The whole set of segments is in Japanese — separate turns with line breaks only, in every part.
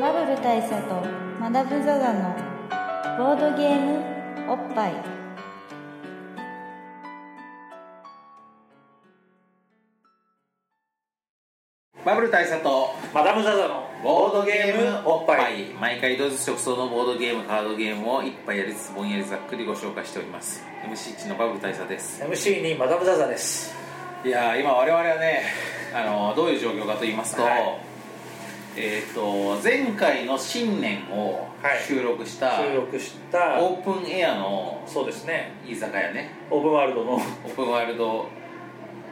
ール大佐とマダム・ザ・ザのボードゲームおっぱい
バブル大佐と
マダム・ザ・ザの
ボードゲームおっぱい毎回同日直送のボードゲームカードゲームを一杯やりつつぼんやりざっくりご紹介しております MC1 のバブル大佐です
MC にマダム・ザ・ザです
いやー今我々はねあのどういう状況かと言いますと、
はい
えっ、と前回の新年を
はい
収録した、
収録した
オープンエアの
そうですね
居酒屋ね
オープンワールドの
オープンワールド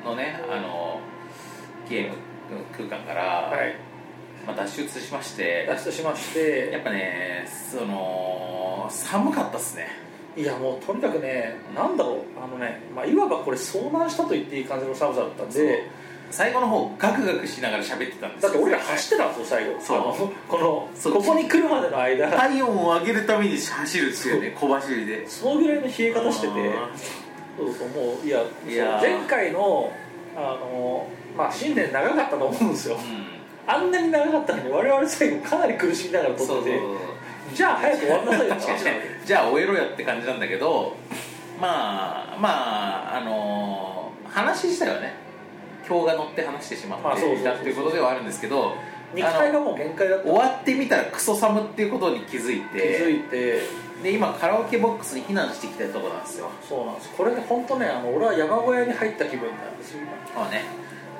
のねあのゲーム空間から、
はい
まあ、脱出しまして
脱出しまし
やってぱねその寒かったっすね
いやもうとにかくねなんだろうあのね、まあ、いわばこれ遭難したと言っていい感じの寒さだったんで
最後の方ガクガクしながら喋ってたんですよ
だって俺ら走ってたんですよ最後
そう
あのこの
そう
ここに来るまでの間
体温を上げるために走るっていうね小走りで
そのぐらいの冷え方してて
あ
そうそうもういや
いやー
そう前回のあのまあ新年長かったと思うんですよ
ー
あんなに長かったのに我々最後かなり苦しみながら
うんそう
撮
そ
っ
う
ててじゃあ早く終わんなさいよって
確か
話
に
なの
ねじゃあ終えろやって感じなんだけどまあまああのー話自体はね今日が乗って話してしま
まあ
っ
そうそう
てい
そ
うたっていうことではあるんですけど
肉体がもう限界だった
終わってみたらクソ寒っていうことに気づい
気
て
づいて
で今カラオケボックスに避難してきたところなんですよ
そうなんですこれね本当ねあの俺は山小屋に入った気分なんですよ
そうね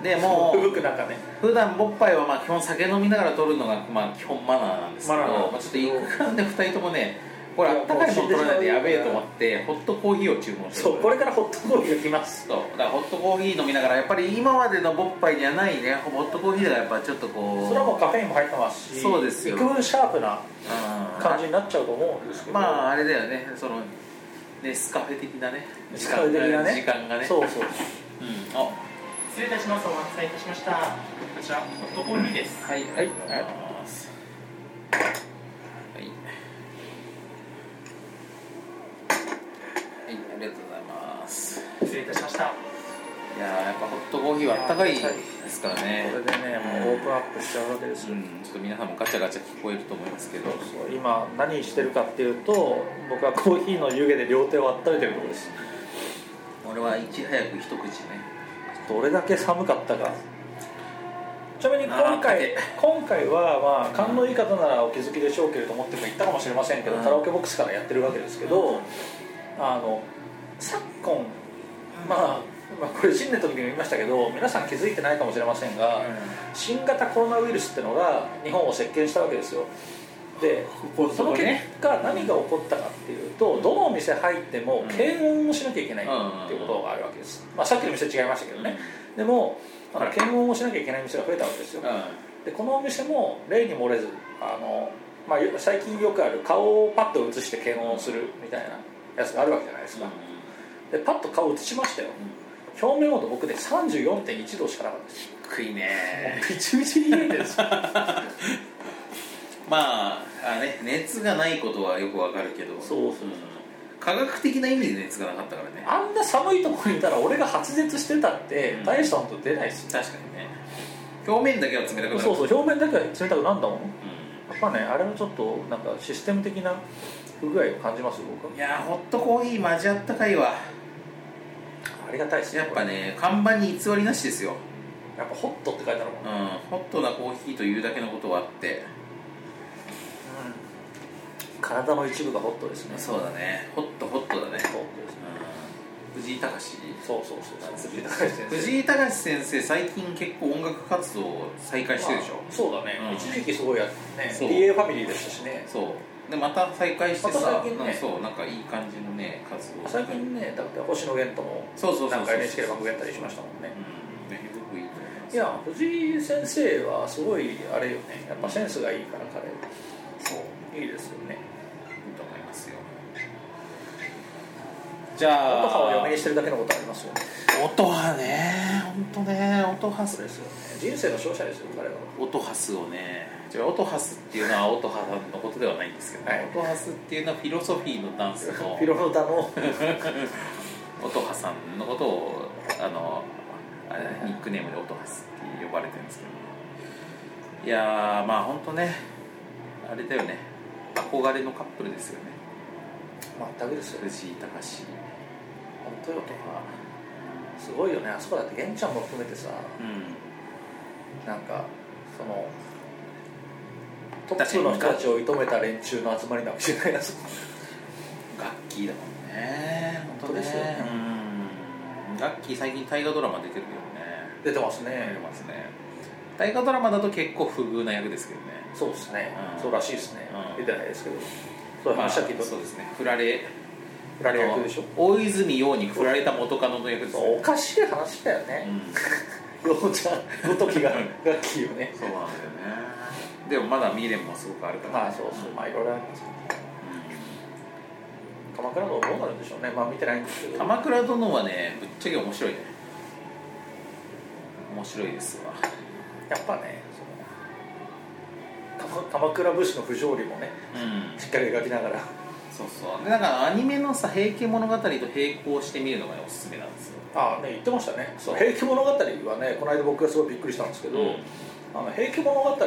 で
今
も
ふぶく中ね
普段ボッパイはまあ基本酒飲みながら取るのがまあ基本マナーなんですけど、
マナーなん
ま
で
あ、ちょっ
す
と
けど
いくらで2人ともねこれあったかいもの取らないでやべえと思ってホットコーヒーを注文して
そうこれからホットコーヒーが来ます
そうだからホットコーヒー飲みながらやっぱり今までのボッパイにはないねホットコーヒーがやっぱちょっとこう
それはもうカフェインも入ってますし
そうですよ
幾分シャープな
うん
感じになっちゃうと思うんですけど
まああれだよねそのネスカフェ的なね
時間的なね
時間がね
そうそう
うん、あ
失礼いたします。お待たせいたしました。こちら、ホットコーヒーです。
はい、はい、ありがとうございます。はい。はい、ありがとうございます。
失礼いたしました。
いやー、やっぱホットコーヒーはあったかいですから
こ
ね
れ。でねもうオープンアップしちゃうわけです
う
よ、
ん、ちょっと皆さんもガチャガチャ聞こえると思いますけど。
そう今何してるかっていうと僕はコーヒーの湯気で両手を温めてるところです
俺はいち早く一口ね。
どれだけ寒かったかちなみに
あー
今回
待って
今回はまあ勘のいい方ならお気づきでしょうけれどもっても言ったかもしれませんけど、
うん
カラオケボックスからやってるわけですけど、あの昨今、まあ、まあこれ新年の時にも言いましたけど皆さん気づいてないかもしれませんが、新型コロナウイルスってのが日本を席巻したわけですよで
ここ
その結
ね
果何が起こったかっていうとどのお店入っても検温をしなきゃいけないっていうことがあるわけです、まあ、さっきの店違いましたけどねでもあの検温をしなきゃいけない店が増えたわけですよ
う
でこのお店も例に漏れずあの、まあ、よ最近よくある顔をパッと映して検温をするみたいなやつがあるわけじゃないですか、でパッと顔を映しましたよ表面温度僕で34.1度しかなかったです
ん。低いね。
ピチピチに冷えてるん ですよ
まあ、あね、熱がないことはよくわかるけど。
そうそうそうん
科学的な意味で熱がなかったからね。
あんな寒いところにいたら俺が発熱してたって
うん
大した温度出ないですよ、
確かにね表面だけは冷たくなる
そうそう表面だけは冷たくなんだもんや
う
っぱねあれはちょっとなんかシステム的な不具合を感じますよ僕
ん
はい
やーホットコーヒーマジあったかいわ
ありがたいですね
やっぱ
こ
ね看板に偽りなしですよ、
れやっぱホットって書いてあるもん
う
ね、
ん、ホットなコーヒーというだけのことはあって
体の一部がホットですねう
そうだねホットホットだね、
ホットですね
うん、藤井隆
そうそうそうそう藤井隆先生
藤井隆先生最近結構音楽活動を再開してるでしょ
ま、あそうだね、
うん
一時期すごいやね
そう
DA ファミリーでしたしね
そうでまた再開してさ、
また最近
な
ね
んかそうなんかいい感じのね活動
最近ねだって星野源とも
そうそうそうそう
なんか NHK で格言ったりしましたもんね、
うんねすごくいいと思います
いや藤井先生はすごいあれよねやっぱセンスがいいから彼
そう
いいですよね
いいと思いますよじゃあ
音羽を嫁にしてるだけのことありますよね
音羽ね本当ね音羽
そう
ス
ですよね人生の勝者ですよ彼は
音ハスをね違う音ハスっていうのは音羽さんのことではないんですけど、
はい
音ハスっていうのはフィロソフィーのダンスの
ピロロダの
音羽さんのことをあのあれニックネームで音ハスって呼ばれてるんですけどいやーまあ本当ねああれだよね憧れのカップルですよね
全くですよ
藤井隆
本当よとかすごいよねあそこだって玄ちゃんも含めてさ
うん
なんかそのトップの人たちを射止めた連中の集まりなわけじゃない ですか
ガッキーだもんね
本当ですよね
うんガッキー最近大河ドラマ出てるけどね
出てます
出
ね
てますね大河ドラマだと結構不遇な役ですけどね
そうですね、
うん
そうらしいですね、
うん
出てないですけどそういう話だけど、
まあそうですね振られ
振られ役でしょ
大泉洋に振られた元カノの役です
そうお
ね
かしい話だよ
う
ね、
ん
ようちゃんごときが
うん
ガッキーよね
そうなんだよねでもまだ未練もすごくあるから、
まあそうそうまあいろいろあります鎌倉のどうなるんでしょうねまあ見てないんですけ
うん
ど
鎌倉殿はねぶっちゃけ面白いね面白いですわ
やっぱねその鎌鎌倉武士の不条理もね
うん
しっかり描きながら
そうそうでだからアニメのさ「平家物語」と並行して見るのがねおすすめなんですよ
ああね言ってましたね「そう平家物語」はねこの間僕がすごいびっくりしたんですけど「
うん
あの平家物語の」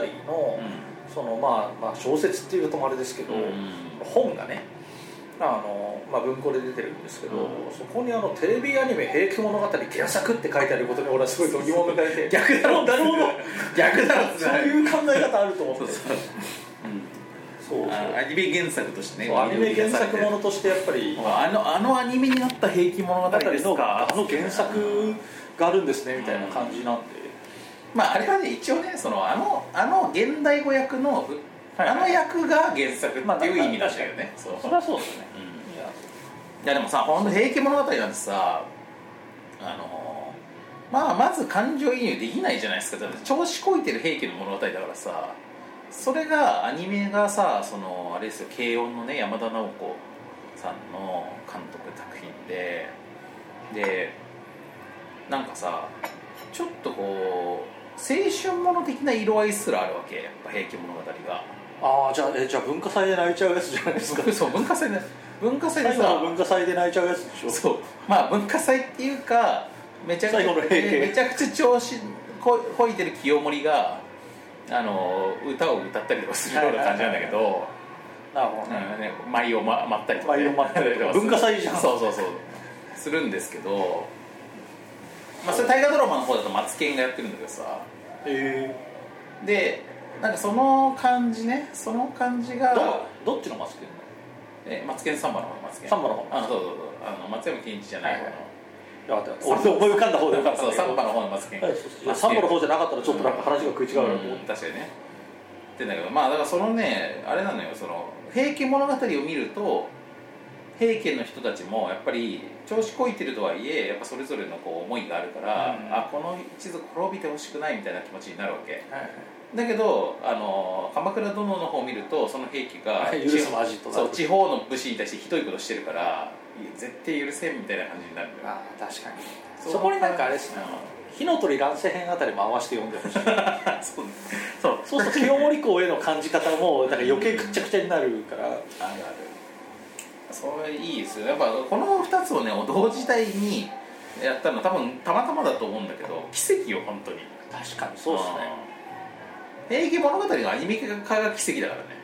そのまあ、まあ小説っていうともあれですけど、
うん
本がねあの、まあ、文庫で出てるんですけど、
うん
そこにあのテレビアニメ「平家物語原作」って書いてあることに俺はすごい疑問を抱いて逆だろうなるほど
逆だろ
そういう考え方あると思って
そう
そ
そ
う
う、
そう
うん、あアニメ原作としてね
そうアニメ原作ものとしてやっぱり
あのあのアニメになった「平家物語」ですか
あの原作があるんですねみたいな感じなんで、
まああれはね一応ねそのあのあの現代語訳の、
はい
あの役が原作
まあ
っていう意味なんだよね、そう
それはそうですね、
う
いや
いやでもさ本当平家物語なんてさあのまあまず感情移入できないじゃないですかだって調子こいてる平家の物語だからさそれがアニメがさそのあれですよ軽音のね山田直子さんの監督作品ででなんかさちょっとこう青春もの的な色合いすらあるわけやっぱ平家物語が
ああじゃあえじゃあ文化祭で泣いちゃうやつじゃない です か
そう文化祭で文化祭で
最後
さ
の文化祭で泣いちゃうやつでしょ
そうまあ文化祭っていうかめちゃくち
最
ゃ
後の平家
めちゃくちゃ調子ここいてる清盛があの歌を歌ったりとかするような感じなんだけど
なるほどね、
うんね舞をま舞ったりとかね、
舞を舞ったりとか文化祭じゃん
そうそうそうするんですけどまあそれ大河ドラマの方だとマツケンがやってるんだけどさ
え
でなんかその感じねその感じ
ー
が
どどっちのマスク
えマツケンサンバの方マツケン
サンバの方
あそうそうそうあの松山ケンイチじゃない方の、
はいよかったよかった俺の思い浮かんだ方でよかった
そうサンバ
の
の方のマツケン、
サンバの方じゃなかったらちょっとなんか話が食い違うなと思って、
うん確かにねってんだけどまあだからそのねあれなのよその平家物語を見ると平家の人たちもやっぱり調子こいてるとはいえやっぱそれぞれのこう思いがあるから、
うん
あこの一族滅びてほしくないみたいな気持ちになるわけ
はいはい
だけどあの鎌倉殿の方を見るとその平家が
許すまじとな
そ
る
う地方の武士に対してひどいことしてるからいや絶対許せんみたいな感じになるんだよ
ああ確かにそこになんかあれですね
う
火の鳥乱世編あたりも合わせて読んでほ しい
んそうそう
そうすると清盛公への感じ方もなんか余計くっちゃくちゃになるから
あるあるそれいいですよやっぱこの2つをね同時代にやったのは多分たまたまだと思うんだけど奇跡よ本当に
確かに
うん平家物語のアニメ化が奇跡だからね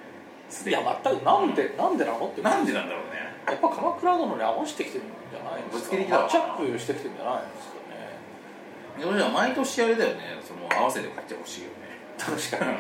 す
い
でに
や全くなんでなんでなのって
なんでなんだろうね
やっぱ鎌倉殿に合わせてきてるんじゃないんで
ぶつ
す
け
か
てき
マ
たわ
ッチアップしてきてるんじゃないんですかね
それじゃあ毎年あれだよねその合わせて買ってほしいよね
確かに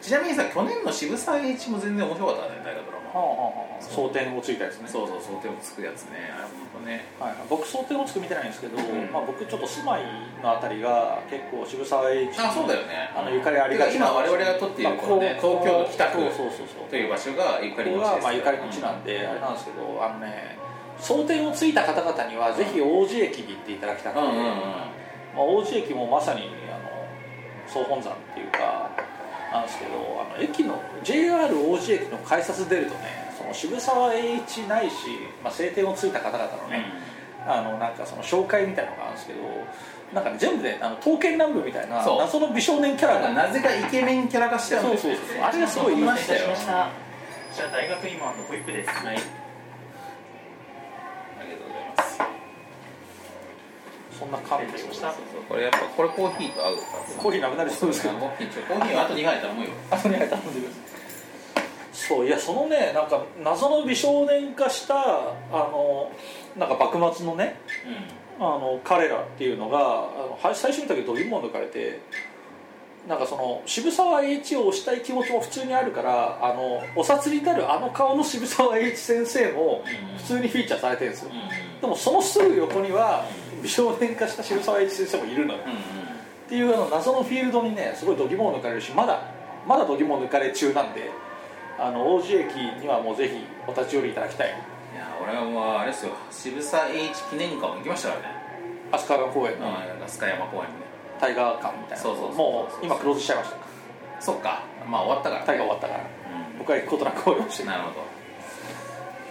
ちなみにさ去年の渋沢栄一も全然面白かったね大河ドラ
はあ
マ
はあはあ
そう
争点をついたやつね
そうそう想定をつくやつねあれほんとね
はいはい、僕想定をつく見てないんですけど、
ん
まあ、僕ちょっと住まいのあたりが結構渋沢栄一
あそうだよね
あのゆかりありがちな
今我々が撮っているこのね
まあこう
東京の北区
そうそうそうそう
という場所がゆか
こ
り
れ
の地です
はまあゆかりの地なんで、あれなんですけどあのね争点をついた方々にはぜひ王子駅に行っていただきたく
う
て、
んうんうんうん
まあ、王子駅もまさにあの総本山っていうかなんですけどあの駅の JR 王子駅の改札出るとねその渋沢栄一ないし、まあ、晴天をついた方々のね、あのなんかその紹介みたいなのがあるんですけどなんかね全部で、あの刀剣乱舞みたいな
そう
謎の美少年キャラが
なぜかイケメンキャラ化してあるんだよ
そう
ね
そうそうあれがすごいいい
い
ん
ま
で
し
す
た
よ
よ
しましたじゃあ大学今の保育ですはい
ありがとうございます
そんな感じ
失礼しま
そう
した
そうこれやっぱこれコーヒーと合うから
コーヒーなくなりそうですけど
コーヒーちょコーヒーはあと2杯頼むよ
あとに入ったんでくださいそういやそのねなんか謎の美少年化したあのなんか幕末のねあの彼らっていうのがあのは最初見たけどドリームを抜かれてなんかその渋沢栄一を推したい気持ちも普通にあるからあのお札になるあの顔の渋沢栄一先生も普通にフィーチャーされてるんですよ
うんうん
でもそのすぐ横には美少年化した渋沢栄一先生もいるのよ
うん
っていうあの謎のフィールドにねすごい度肝を抜かれるしまだまだ度肝を抜かれ中なんであの王子駅にはもうぜひお立ち寄りいただきたい
いや俺はもうあれですよ渋沢栄一記念館も行きましたからね
飛鳥川公園の
うん飛鳥山公園もね
タイガー館みたいな
そうそうそう
もう今クローズしちゃいました
そっかまあ終わったからね
タイガー終わったから
うん
僕は行くことなく公演して
なるほ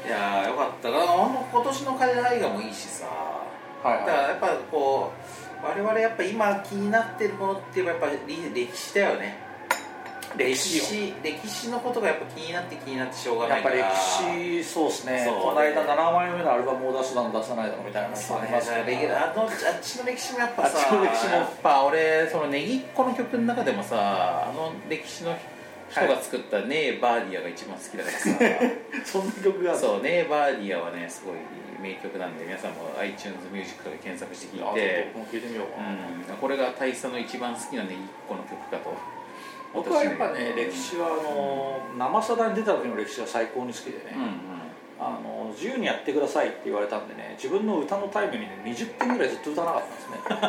どいやーよかったなほんと今年のカレー映画もいいしさ
はい
だか
は
らやっぱこう我々やっぱ今気になってるものって言えばやっぱり歴史だよね
い歴史
史歴史のことがやっぱ気になって気になってしょうが
をや
な
っ
い
ぱ
か
歴
ら
史そうですね
そう
この間7枚目のアルバムを出すだの出さないだのみたいなの
そう
があ
ねだ
りま
か
す
ら
ね
レギュラーあのあっちの歴史もやっぱさ
あっちの歴史も
やっぱ俺そのネギっ子の曲の中でもさあの歴史の人が作った「ネーバーディア」が一番好きだ からさ、
そんな曲がある
そうネーバーディアはねすごい名曲なんで皆さんも iTunes ミュージックとかで検索して聞い
あ
て
僕も聞いてみようかな
うん、これが大佐の一番好きなネギっ子の曲かと
僕はやっぱね
うん
歴史はあの生さだに出た時の歴史が最高に好きでね、
うんうん
あの自由にやってくださいって言われたんでね自分の歌のタイムにね20分ぐらいずっと歌わなかっ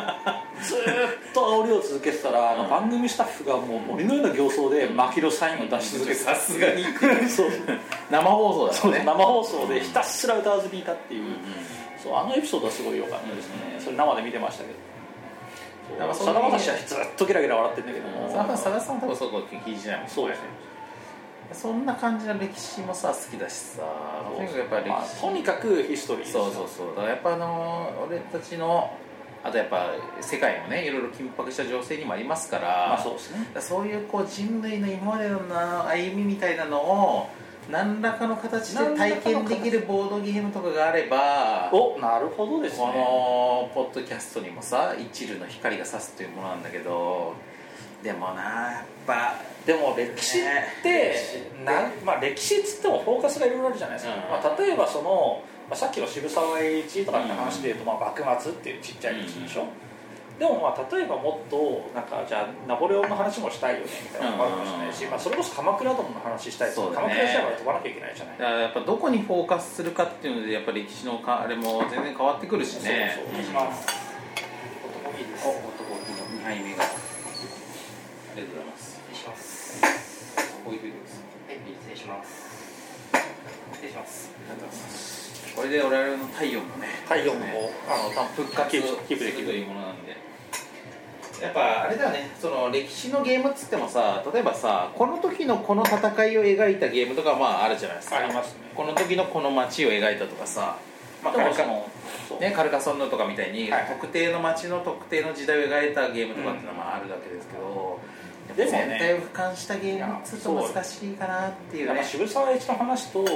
たんで すねずーっと煽りを続けてたらあ
う
の
ん
番組スタッフがもう森のような形相で牧野サインを出し続けて
さすがに
そう
生放
そ
送
う
だ
生
よね
放送でひたすら歌わずにいたっていう,、
う
そうあのエピソードはすごい良かったですね、
うん
それ生で見てましたけど
やっぱそ
さ
の
だまさしはずっとゲラゲラ笑ってるんだけど
んうん
も
さださださん多分そういうこと聞いてないもんね
そうですね
そんな感じの歴史もさ好きだしさとにかくやっぱ歴
まあ
史、
とにかくヒストリーですね
そうそうそうだからやっぱあの俺たちのあとやっぱ世界もねいろいろ緊迫した情勢にもありますから、
まあそうですね
だからそういうこう人類の今までのな歩みみたいなのを何らかの形で体験できるボードゲームとかがあればこ
おなるほどですね
のポッドキャストにもさ一縷の光が差すというものなんだけどでもなやっぱ
でも歴史っ
ね
てな、まあ、歴史っつってもフォーカスがいろいろあるじゃないですか、
うん
まあ、例えばその、まあ、さっきの渋沢栄一とかって話でいうと、まあ、幕末っていうちっちゃい歴史でしょ、でもまあ例えばもっとなんかじゃあナポレオンの話もしたいよねみたいなのもあるかもしれないし、
うん
まあ、それこそ鎌倉殿の話したいと
そうだ
鎌
ね
倉時代まで飛ばなきゃいけないじゃない
だからやっぱどこにフォーカスするかっていうのでやっぱ歴史のかあれも全然変わってくるしね
そうそう
うん
お願いしま
男気です
お
お
男気の2杯目がありがとうございます
願いします
おいでです
はい失礼します失礼します
これで我々の体温もね
体温もあのた
復活
キー
を
プ
キ
キ
ープで
ープで
き
き
る
る
というものなんでやっぱあれだよねその歴史のゲームっつってもさ例えばさこの時のこの戦いを描いたゲームとかまああるじゃないですか
ありますね
この時のこの街を描いたとかさまあ
でもそ
カル
のそう
ね、カルカソンヌとかみたいに、
はい
特定の街の特定の時代を描いたゲームとかっていうのもあるわけですけど、
でもね
全体を俯瞰したゲームっつうと難しいかなっていう
やっ
ね
ぱ渋沢栄一の話と、
ん
やっ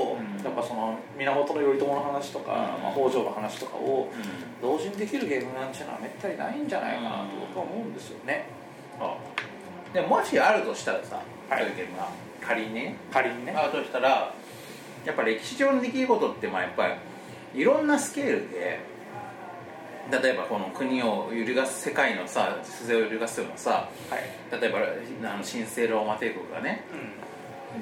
ぱその源頼朝の話とか、
うん
まあ、北条の話とかを
うん
同時にできるゲームなんていうのはめったにないんじゃないかなと
うん
僕は思うんですよね、
でももしあるとしたらさ、
はい
そういうゲームが仮にね
仮にね
あるとしたらやっぱ歴史上の出来事ってまあやっぱりいろんなスケールで例えばこの国を揺るがす世界のさ礎を揺るがすようなさ
はい、
例えばあの神聖ローマ帝国がね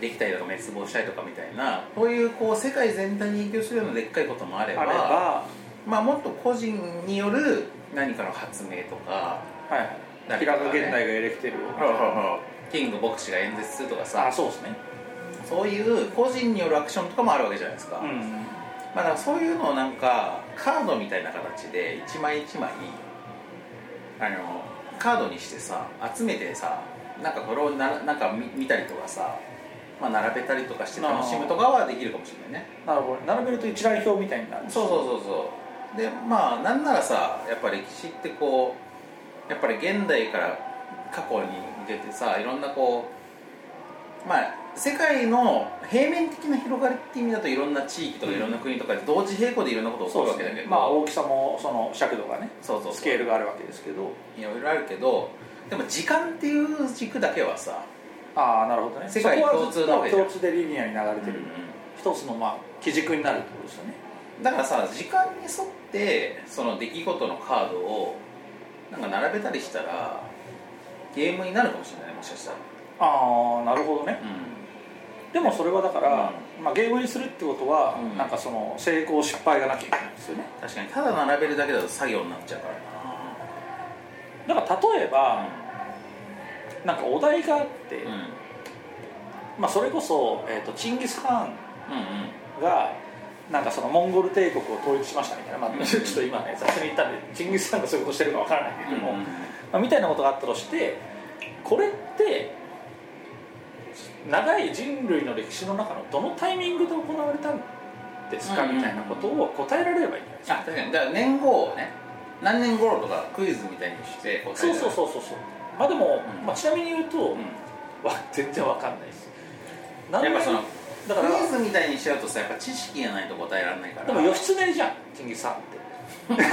できたりとか滅亡したりとかみたいなそういうこう世界全体に影響するようなでっかいこともあれば
あれば
まあ、もっと個人による何かの発明とか
はい
誰
平
か
賀
がね
源内がエレキテルを
キング牧師が演説するとか
あ
さ
そうですね
そういう個人によるアクションとかもあるわけじゃないですか,、
う
ま
ん
あ、だからそういうのをなんかカードみたいな形で一枚一枚あのカードにしてさ集めてさなんかこれをななんか見見たりとかさ、まあ、並べたりとかして楽しむとかはできるかもしれないね
なるほど並べると一覧表みたいになる
そうそうそうそうでまあなんならさやっぱ歴史ってこうやっぱり現代から過去に向けてさいろんなこうまあ世界の平面的な広がりって意味だといろんな地域とかいろんな国とかで同時並行でいろんなこと起こるわけ
で
だ
す
け
ね
ど
まあ大きさもその尺度がね
そうそう
スケールがあるわけですけど
いろいろあるけどでも時間っていう軸だけはさ
ああなるほどね
世界
そこはず
共
っ
通なわ
と
けじゃん
共通でリニアに流れてる、
う
一つのまあ基軸になるってことですよね
んだからさ時間に沿ってその出来事のカードをなんか並べたりしたらゲームになるかもしれないもしかしたら
ああなるほどね
う
でもそれはだから、まあ、ゲームにするってことは、
うん
なんかその成功失敗がなきゃいけないんですよね
ん確かにただ並べるだけだと作業になっちゃうから
だから例えば、なんかお題があって、
な
まあ、それこそ、えー、とチンギス・ハー
うんうんうん
ンがなんかそのモンゴル帝国を統一しましたみたいな、ま
うん
あ、ちょっと今ね雑に言ったんでチンギス・ハーンがそういうことしてるかわからないけ
う
れど
ん
も、
うん
まあ、みたいなことがあったとしてこれって長い人類の歴史の中のどのタイミングで行われたんですか
うんうん
みたいなことを答えられればいいんじゃないです
あ確
か、
かにだから年号をね何年頃とかクイズみたいにして答え
そうそう
う
そうそうそうまあでも、
うん
まあ、ちなみに言うと、
ん
わ全然わかんないです
やっぱその
だから
クイズみたいにしちゃうとさやっぱ知識がないと答えられないから
でも義経じゃんチンギス・ハーンって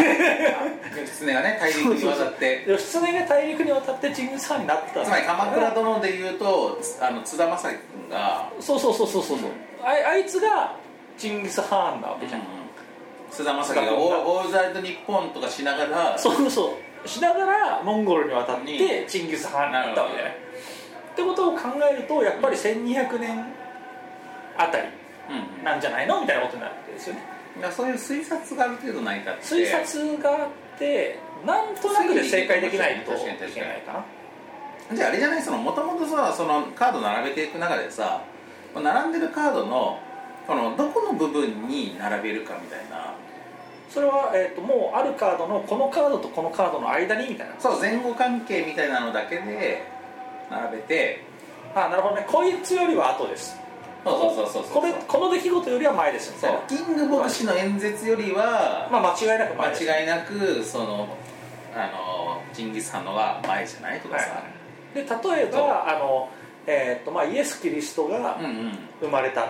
義経がね大陸 に渡って
義経が大陸に渡ってチンギス・ハーンになった
つまり鎌倉殿でいうとつあの津田正樹君が
そうそうそうそうそうそうあいあいつがチンギス・ハーンなわけじゃん、
津田正樹がオールザイト日本とかしながら
そうそうしながらモンゴルに渡っ
に
てチンギス・ハーンになったわけじゃないってことを考えるとやっぱり1200年あたり
うんうんだか
なんじゃないのみたいなことになるわけですよね
らそういう推察がある程度ないかって
推察があってなんとなくで正解できないとい
確かに確かに
けないかな
じゃああれじゃないそのもともとさそのカード並べていく中でさ並んでるカードのこのどこの部分に並べるかみたいな
それは、えー、ともうあるカードのこのカードとこのカードの間にみたいな
そう前後関係みたいなのだけで並べて
あなるほどねこいつよりは後です
そうそうそうそうそう
これこの出来事よりは前ですみ
そ
たいうな
キング牧師の演説よりは、
まあ間違いなく前です
間違いなくそのあのジンギス・ハンのが前じゃないとかさ、
で例えばあの、えーとまあ、イエス・キリストが
うんうんうんうん
生まれたと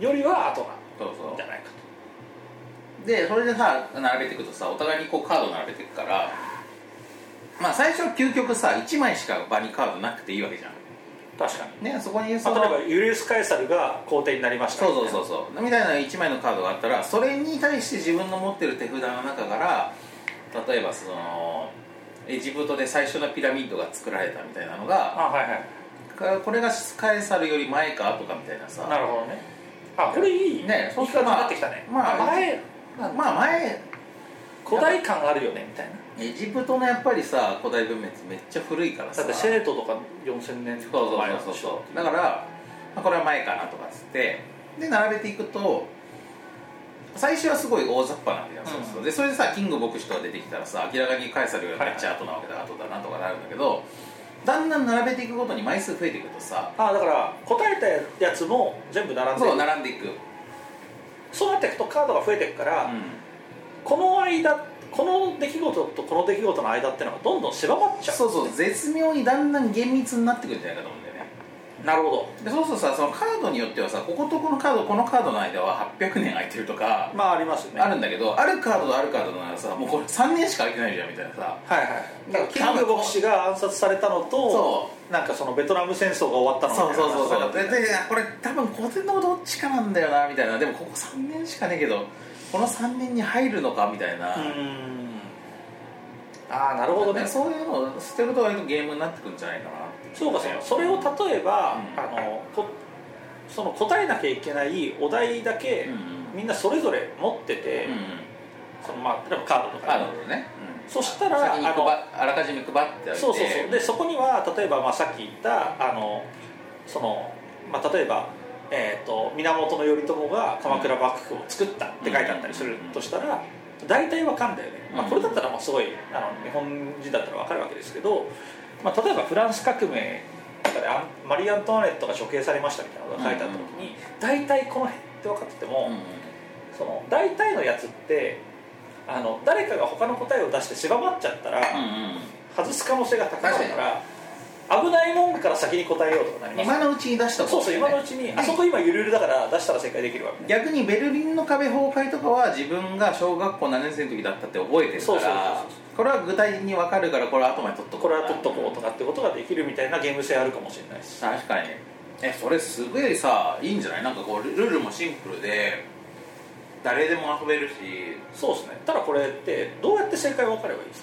よりは後なん
そうそ
じゃないか
うでそれでさ並べていくとさお互いにこうカード並べていくからまあ最初は究極さ1枚しか場にカードなくていいわけじゃん
と確かに
ねそこにそ
例
の
えばユリウス・カエサルが皇帝になりました
そうそうそううそうみたいな1枚のカードがあったらそれに対して自分の持ってる手札の中から例えばそのエジプトで最初のピラミッドが作られたみたいなのが
あはいはい
かこれがカエサルより前か後かみたいなさ
なるほどねあこれいい
ね
そういい感じになってきたね
まあまあ
前
まあ前
古代感あるよねみたいな
エジプトのやっぱりさ古代文明ってめっちゃ古いから
だ
さ
ってシェートとか4000年と
そう
か前なん
そうそう
でしょ
そうだから、まあこれは前かなとかっつってで並べていくと最初はすごい大雑把なわけじゃん、そうそうでそれでさキング牧師とか出てきたらさ明らかに返されるよりめっちゃ後なわけだ、後だなとかなるんだけどだんだん並べていくごとに枚数増えていくとさ
あだから答えたやつも全部並んでる
そう並んでいく、うん
そうなっていくとカードが増えていくから、この間この出来事とこの出来事の間ってのがどんどん狭まっちゃう
そうそう絶妙にだんだん厳密になってくるんじゃないかと思うんだよね
なるほ
でそうするとさそのカードによってはさこことこのカードこのカードの間は800年空いてるとか
どまあありますよね
あるんだけどあるカードとあるカードならさもうこれ3年しか空いてないじゃんみたいなさ
はいはいだからキン
キング
グ牧師が暗殺されたのと
そ
なんかそのベトナム戦争が終わったの
そうそうそうそう
みたい
で
な話だったよね
でこれ多分古典のどっちかなんだよなみたいなでもここ3年しかねえけどこの3年に入るのかみたいな、
うーんああなるほどね
ねそういうのを捨てると割とゲームになってくるんじゃないかな
そうかそうかそれを例えば、
うん
あのこその答えなきゃいけないお題だけ、
うんうん
みんなそれぞれ持ってて、
うんうん
そのまあ、例えばカードと
カ
かね、
ードでね、うん
そしたら
先に配あらかじめ配ってあげて
そうそうそうでそこには例えば、まあ、さっき言ったあのその、まあ、例えば、えー、と源頼朝が鎌倉幕府を作ったって書いてあったりするとしたら大体わかんだよね、まあ、これだったらまあすごいあの日本人だったらわかるわけですけど、まあ、例えばフランス革命とかであマリー・アントワネットが処刑されましたみたいなことが書いてあった時に大体この辺って分かってても、
うんうん
その大体のやつってあの誰かが他の答えを出して狭まっちゃったら。
うんうん
外す可能性が高いから危ないもんから先に答えようとかなりま
今
す
のうちに出した
そうそう今のうちにあそこ今ゆるゆるだから出したら正解できるわけ
逆にベルリンの壁崩壊とかは自分が小学校7年生の時だったって覚えてるか
そうそうそう
らこれは具体的に分かるからこれは後まで取っとこう
これは取っとこうとかってことができるみたいなゲーム性あるかもしれないし
確かにえそれすごいさいいんじゃないなんかこうルルールもシンプルで誰でも遊べるし
そうですねただこれってどうやって正解分かればいいです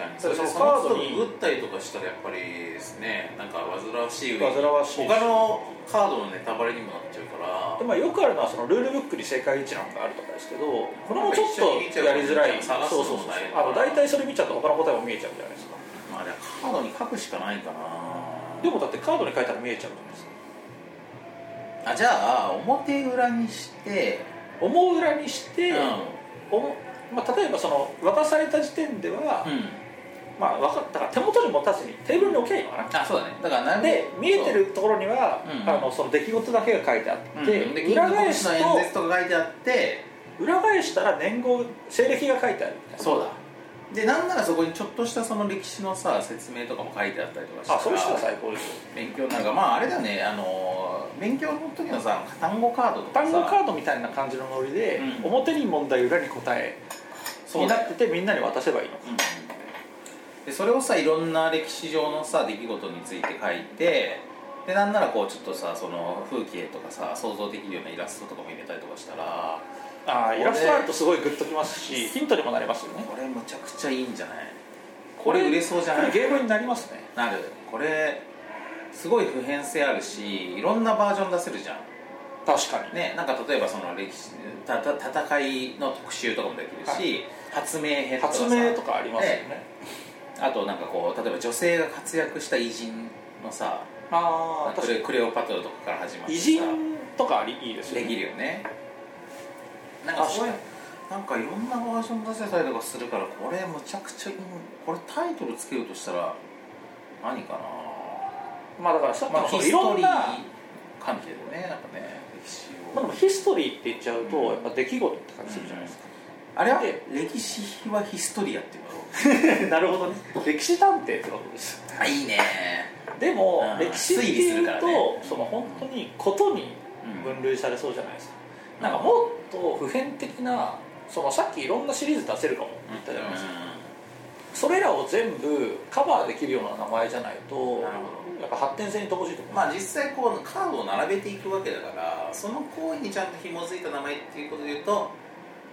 かね
確かにそ
そ
うの
そ
カ
の
ード
後
に
に
打ったりとかしたらやっぱりですねなんか煩わしい上に
煩わしいし
他のカードのネタバレにもなっちゃうから
でまあ、よくあるのはそのルールブックに正解一覧があるとかですけどこれもちょっ
一緒
と
に
やりづらい
探すのも
そうそうそう
大変
あの大体それ見ちゃうと他の答えも見えちゃうじゃないですか
まあでもカードに書くしかないかな
でもだってカードに書いたら見えちゃうじゃないですか
あじゃあ表裏にして、
思う裏にして、
うん
おもまあ、例えばその渡された時点では、まあ、分かったから手元に持たずにテーブルに置きゃいいのかな
あそうだねだからなん
で見えてるところには、
うん
あのその出来事だけが書いてあ
そうう
っ
ん
て、
で
裏返す
の
と
演説とか書いてあって
裏返したら年号西暦が書いてあるみたいな
そうだでなんならそこにちょっとしたその歴史のさ説明とかも書いてあったりとかして
あそれしたら最高ですよ
勉強なんかまああれだよねあの勉強の時のさ単語カードとか
単
さ
語カードみたいな感じのノリで、
うん
表に問題裏に答え
そう
にな
だよ
っててみんなに渡せばいいの
うんでそれをさいろんな歴史上のさ出来事について書いてでなんならこうちょっとさその風景とかさ想像できるようなイラストとかも入れたりとかしたらこ
ああ
れ
イラストあるとすごいグッときますしヒントにもなりますよね
これむちゃくちゃいいんじゃないこれ売れそうじゃ
こ
な
れ
い
ゲームになりますね
なるこれすごい普遍性あるしいろんなバージョン出せるじゃん
確かに
ね、なんか例えばその歴史たた戦いの特集とかもできるし、
は
発明編とかさ
発明とかありますよね
あとなんかこう例えば女性が活躍した偉人のさ
ああ
ク
確か
レクレオパトラとかから始まって
に偉
さ
人とかありいいですよ
で
ね
きるよねなんかそういう
確
なんかいろんなバージョン出せたりとかするからこれむちゃくちゃいいこれタイトルつけるとしたら何かな
まあだからさっき
まあ
のそ
ヒ
のい
スト
ろん
リー
な、
関係でねなんかね歴史を、
まあ、でもヒストリーって言っちゃうと、
うん
やっぱ出来事って感じするじゃないです か、
あれは
で
歴史はヒストリアっていうの
なるほどね歴史探偵ってことですよ
あいいね
でも
うん
歴史っていう
推
と、
理するからね
その本当にことに分類されそうじゃないですか、なんかもっと普遍的なそのさっきいろんなシリーズ出せるかもって言ったじゃないですか、それらを全部カバーできるような名前じゃないと
なるほ
やっぱ発展性に乏しいと思う、
まあ実際こうカードを並べていくわけだからその行為にちゃんと紐づいた名前っていうことで言うと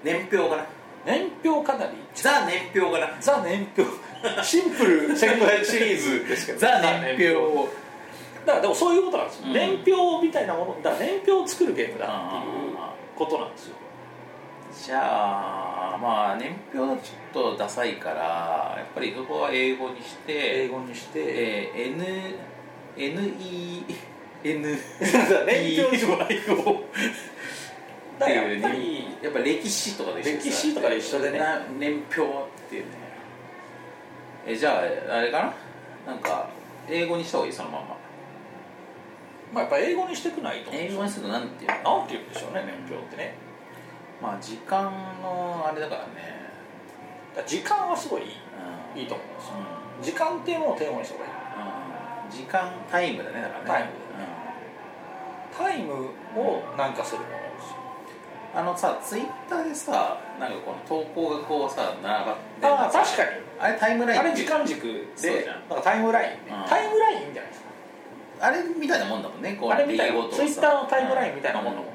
年表かな
年表かなり
ザ年表かな
ザ年 表シンプル1500シリーズですけどだからでもそういうことなんですよ、
うん
年表みたいなものだから年表を作るゲームだっていう
あ
ことなんですよ
ーじゃあまあ年表はちょっとダサいからやっぱりそこは英語にして
英語にして、
えー NEN
年表にもないよだ
って
から
い
や
う
っ
ね
ぱり
やっぱ歴史とかで一緒
歴史とかで一緒でね
な年表っていうねえじゃああれかななんか英語にした方がいいそのまんま
まあ、やっぱ英語にしてくないと思うん
英
ですよ
語にするとなんていうの
なんて言うんでしょうね年表ってね
まあ時間のあれだからね
だから時間はすごいい
うん
いいいと思うんですよ
うんうん
時間っていうのをテーマにした方がいい
時間タイムだねだからね
タイムタイムをなんかするものですよ
うんあのさツイッターでさなんかこの投稿がこうさ並ばって
ああ確かに
あれタイムライン
あれ
ってい
時
う
間軸
そう
で
じゃ
なんんかタイムラインね
うん
タイムラインじゃないですか
あれみたいなもんだもんねこう
あれみたいな
出来事をさ
Twitter のタイムラインみたいなもんだもんね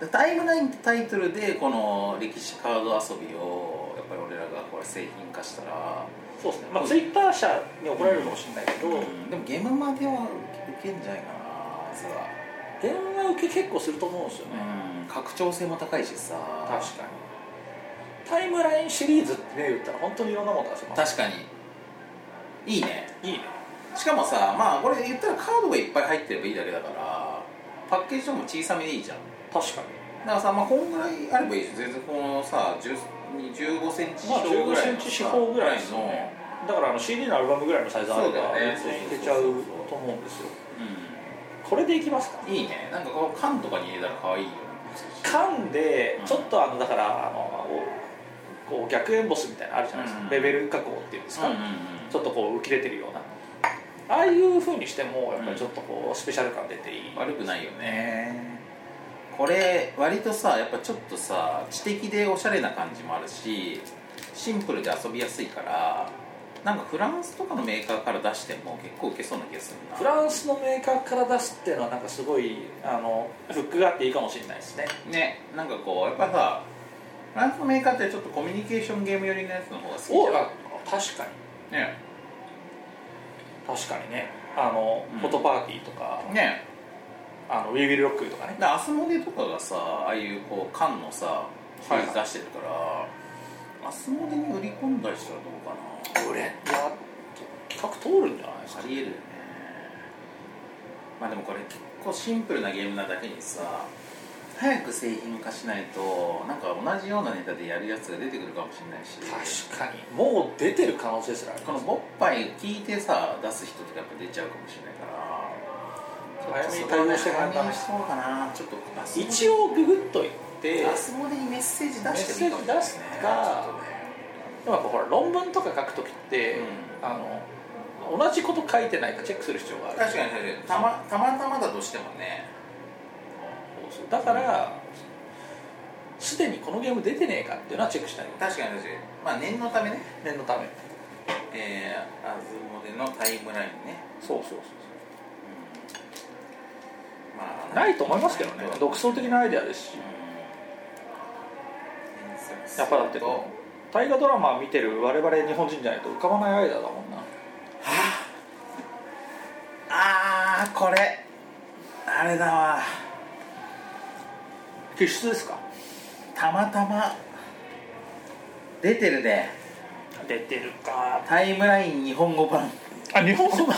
うんタイムラインってタイトルでこの歴史カード遊びをやっぱり俺らがこれ製品化したら、
そうですねまあツイッター社に怒られるかもしれないけど
でもゲームまでは受けんじゃないかなあいつは
電話受け結構すると思うんですよね
拡張性も高いしさ
確かにタイムラインシリーズってね言ったら本当にいろんなもの出せます
確かにいいね
いいね
しかもさまあこれ言ったらカードがいっぱい入ってればいいだけだからパッケージとかも小さめでいいじゃん
確かに
だからさまあこんぐらいあればいいし全然このさ10 15センチ
まあ、
四方
1
ぐらいのさ
5ンチ四方ぐらいの、だからあの CD のアルバムぐらいのサイズあれ
そう
ば
だよね
全然いけちゃうと思うんですよこれでいきますか
うんいいねなんかこう缶とかに入れたら可愛いよね
缶で
うん
ちょっとあのだからあのおこう逆エンボスみたいなのあるじゃないですか、
うん
レベル加工っていうんですか、
うんうん
ちょっとこう浮き出てるようなああいうふうにしてもやっぱりちょっとこうスペシャル感出ていい、
うん悪くないよねこれ割とさやっぱちょっとさ知的でおしゃれな感じもあるしシンプルで遊びやすいからなんかフランスとかのメーカーから出しても結構ウケそうな気がするな
フランスのメーカーから出すっていうのはなんかすごいあのフックがあっていいかもしれないですね
ねなんかこうやっぱさフランスのメーカーってちょっとコミュニケーションゲーム寄りのやつの方が好きじ
お
ゃ
あ確かに
んね
確かにねあの、
うん
フォトパーティーとか
ね
あのウィービルロックとかね
でアスモデとかがさああいうこう缶のさシリーズ出してるから、アスモデに売り込んだりしたらどうかな
これいや企画通るんじゃないです
あ
か
りえるよねまあでもこれ結構シンプルなゲームなだけにさ早く製品化しないとなんか同じようなネタでやるやつが出てくるかもしれないし
確かにもう出てる可能性すらあり
こ
ま
の
す
ボッパイ聞いてさ出す人とかやっぱ出ちゃうかもしれないから
早めに対応していかないとダメ
早めにそうかなちょっとアスモデ
一応ググっといて
アスモデにメッセージ出してもいいかもしれない
メッセージ出すか
ちょっとね
でもやっぱほら論文とか書くときって、あの同じこと書いてないかチェックする必要がある
確かに確かにたまたまたまだとしてもね
そうそうだからすでにこのゲーム出てねえかっていうのはチェックしたい
確かに確かにまあ念のためね
念のため
えー、アズモデのタイムラインね、
そうそうそう
まあ、
ないと思いますけどね独創的なアイデアですしやっぱだって
は
大河ドラマ見てる我々日本人じゃないと浮かばないアイデアだもんな
ああーこれあれだわ
気質ですか
たまたま出てるで
出てるか
タイムライン日本語版
あ日本語版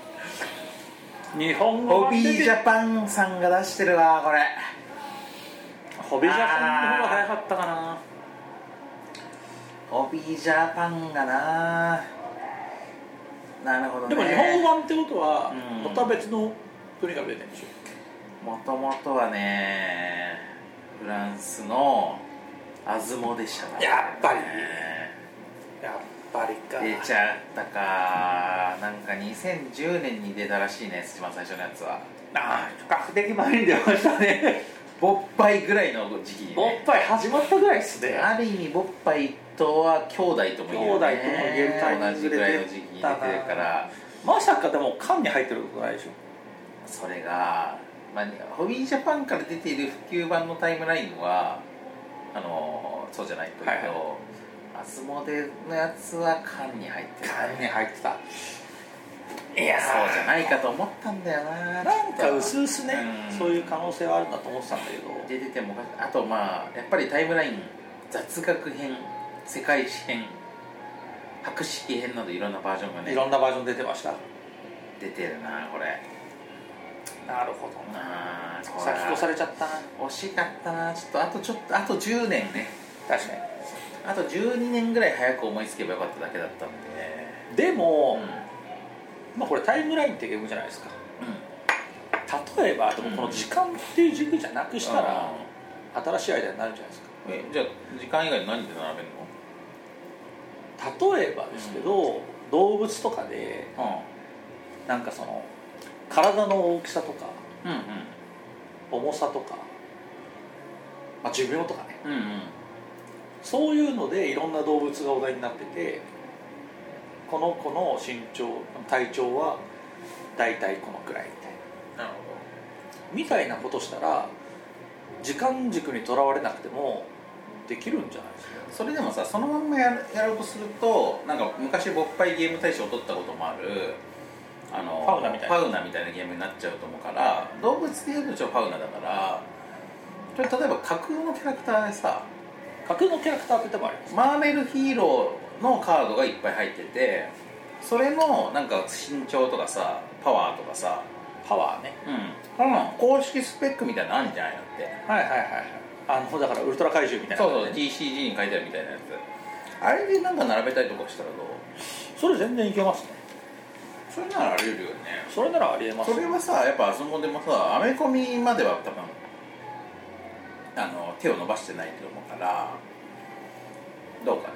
日本語
ホ
版
ビ
出
ー
て
ジャパンさんが出してるわこれ
ホビージャパンの方が早かったかな
ホビージャパンがななるほどね
でも日本語版ってことは
うん
また別の国が出てるんでしょ
もともとはねフランスのアズモでしたから
やっぱり
ね
やっぱりか
出ちゃったかなんか2010年に出たらしいね一番最初のやつは
あ
比較的前に出ましたね勃発ぐらいの時期に、
おっ
ね、
ぱい始まったぐらいっすね
ある意味勃発とは兄弟とも言うよね
兄弟とも言えるタイミン
同じ
グで
ぐらいの時期に出てるから
まさかでも缶に入ってることないでしょ
それが、まあ、ホビージャパンから出ている普及版のタイムラインはあのそうじゃないというと、
はいは
アスモデのやつは缶に入ってる
缶に入ってたい
いや
や
そうじゃないいかと思ったんだよな
なんか薄々
う
ね
ん
そういう可能性はあるなと思ってたんだけど
出ててもおかしくあとまあやっぱりタイムライン雑学編世界史編博識編などいろんなバージョンがね
いろんなバージョン出てました
出てるなこれ
なるほど
あーこれは
先越されちゃったな
惜しかったなちょっとあとちょっとあと10年ね
確か
あと12年ぐらい早く思いつけばよかっただけだったんで
にで
うん
も
うん、
まあこれタイムラインってゲームじゃないですか例えばでもこの時間っていう軸じゃなくしたら新しいアイデアになるんじゃないですか
えじゃあ時間以外に何で並べる
例えばですけど、動物とかで
の
なんかその体の大きさとか
うんうん
重さとか、まあ、寿命とかね
うんうんうん
そういうのでいろんな動物がお題になっててこの子の身長体長は大体このくらいみたいな
なるほ
みたいなことしたら時間軸にとらわれなくてもできるんじゃないですか
どそれでもさそのまんまやるやろうとするとなんか昔勃発ゲーム大賞を取ったこともあるあの
ファウナみたいな
ファウナみたいなゲームになっちゃうと思うから動物でいうとちょファウナだからこれ例えば架空のキャラクターでさ
架空のキャラクターって手もあります
マーベルヒーローのカードがいっぱい入っててそれのなんか身長とかさパワーとかさ
パワーね
うんこの公式スペックみたいなのあるんじゃないのって
はいはいはいはいあのだからウルトラ怪獣みたいな
そうそう
感じでね
TCG に書いてあるみたいなやつあれでなんか並べたりとかしたらどう
それ全然いけますね
それならあり得るよね
それならありえます
それはさやっぱあそこでもさアメコミまでは多分あの手を伸ばしてないと思うからどうかな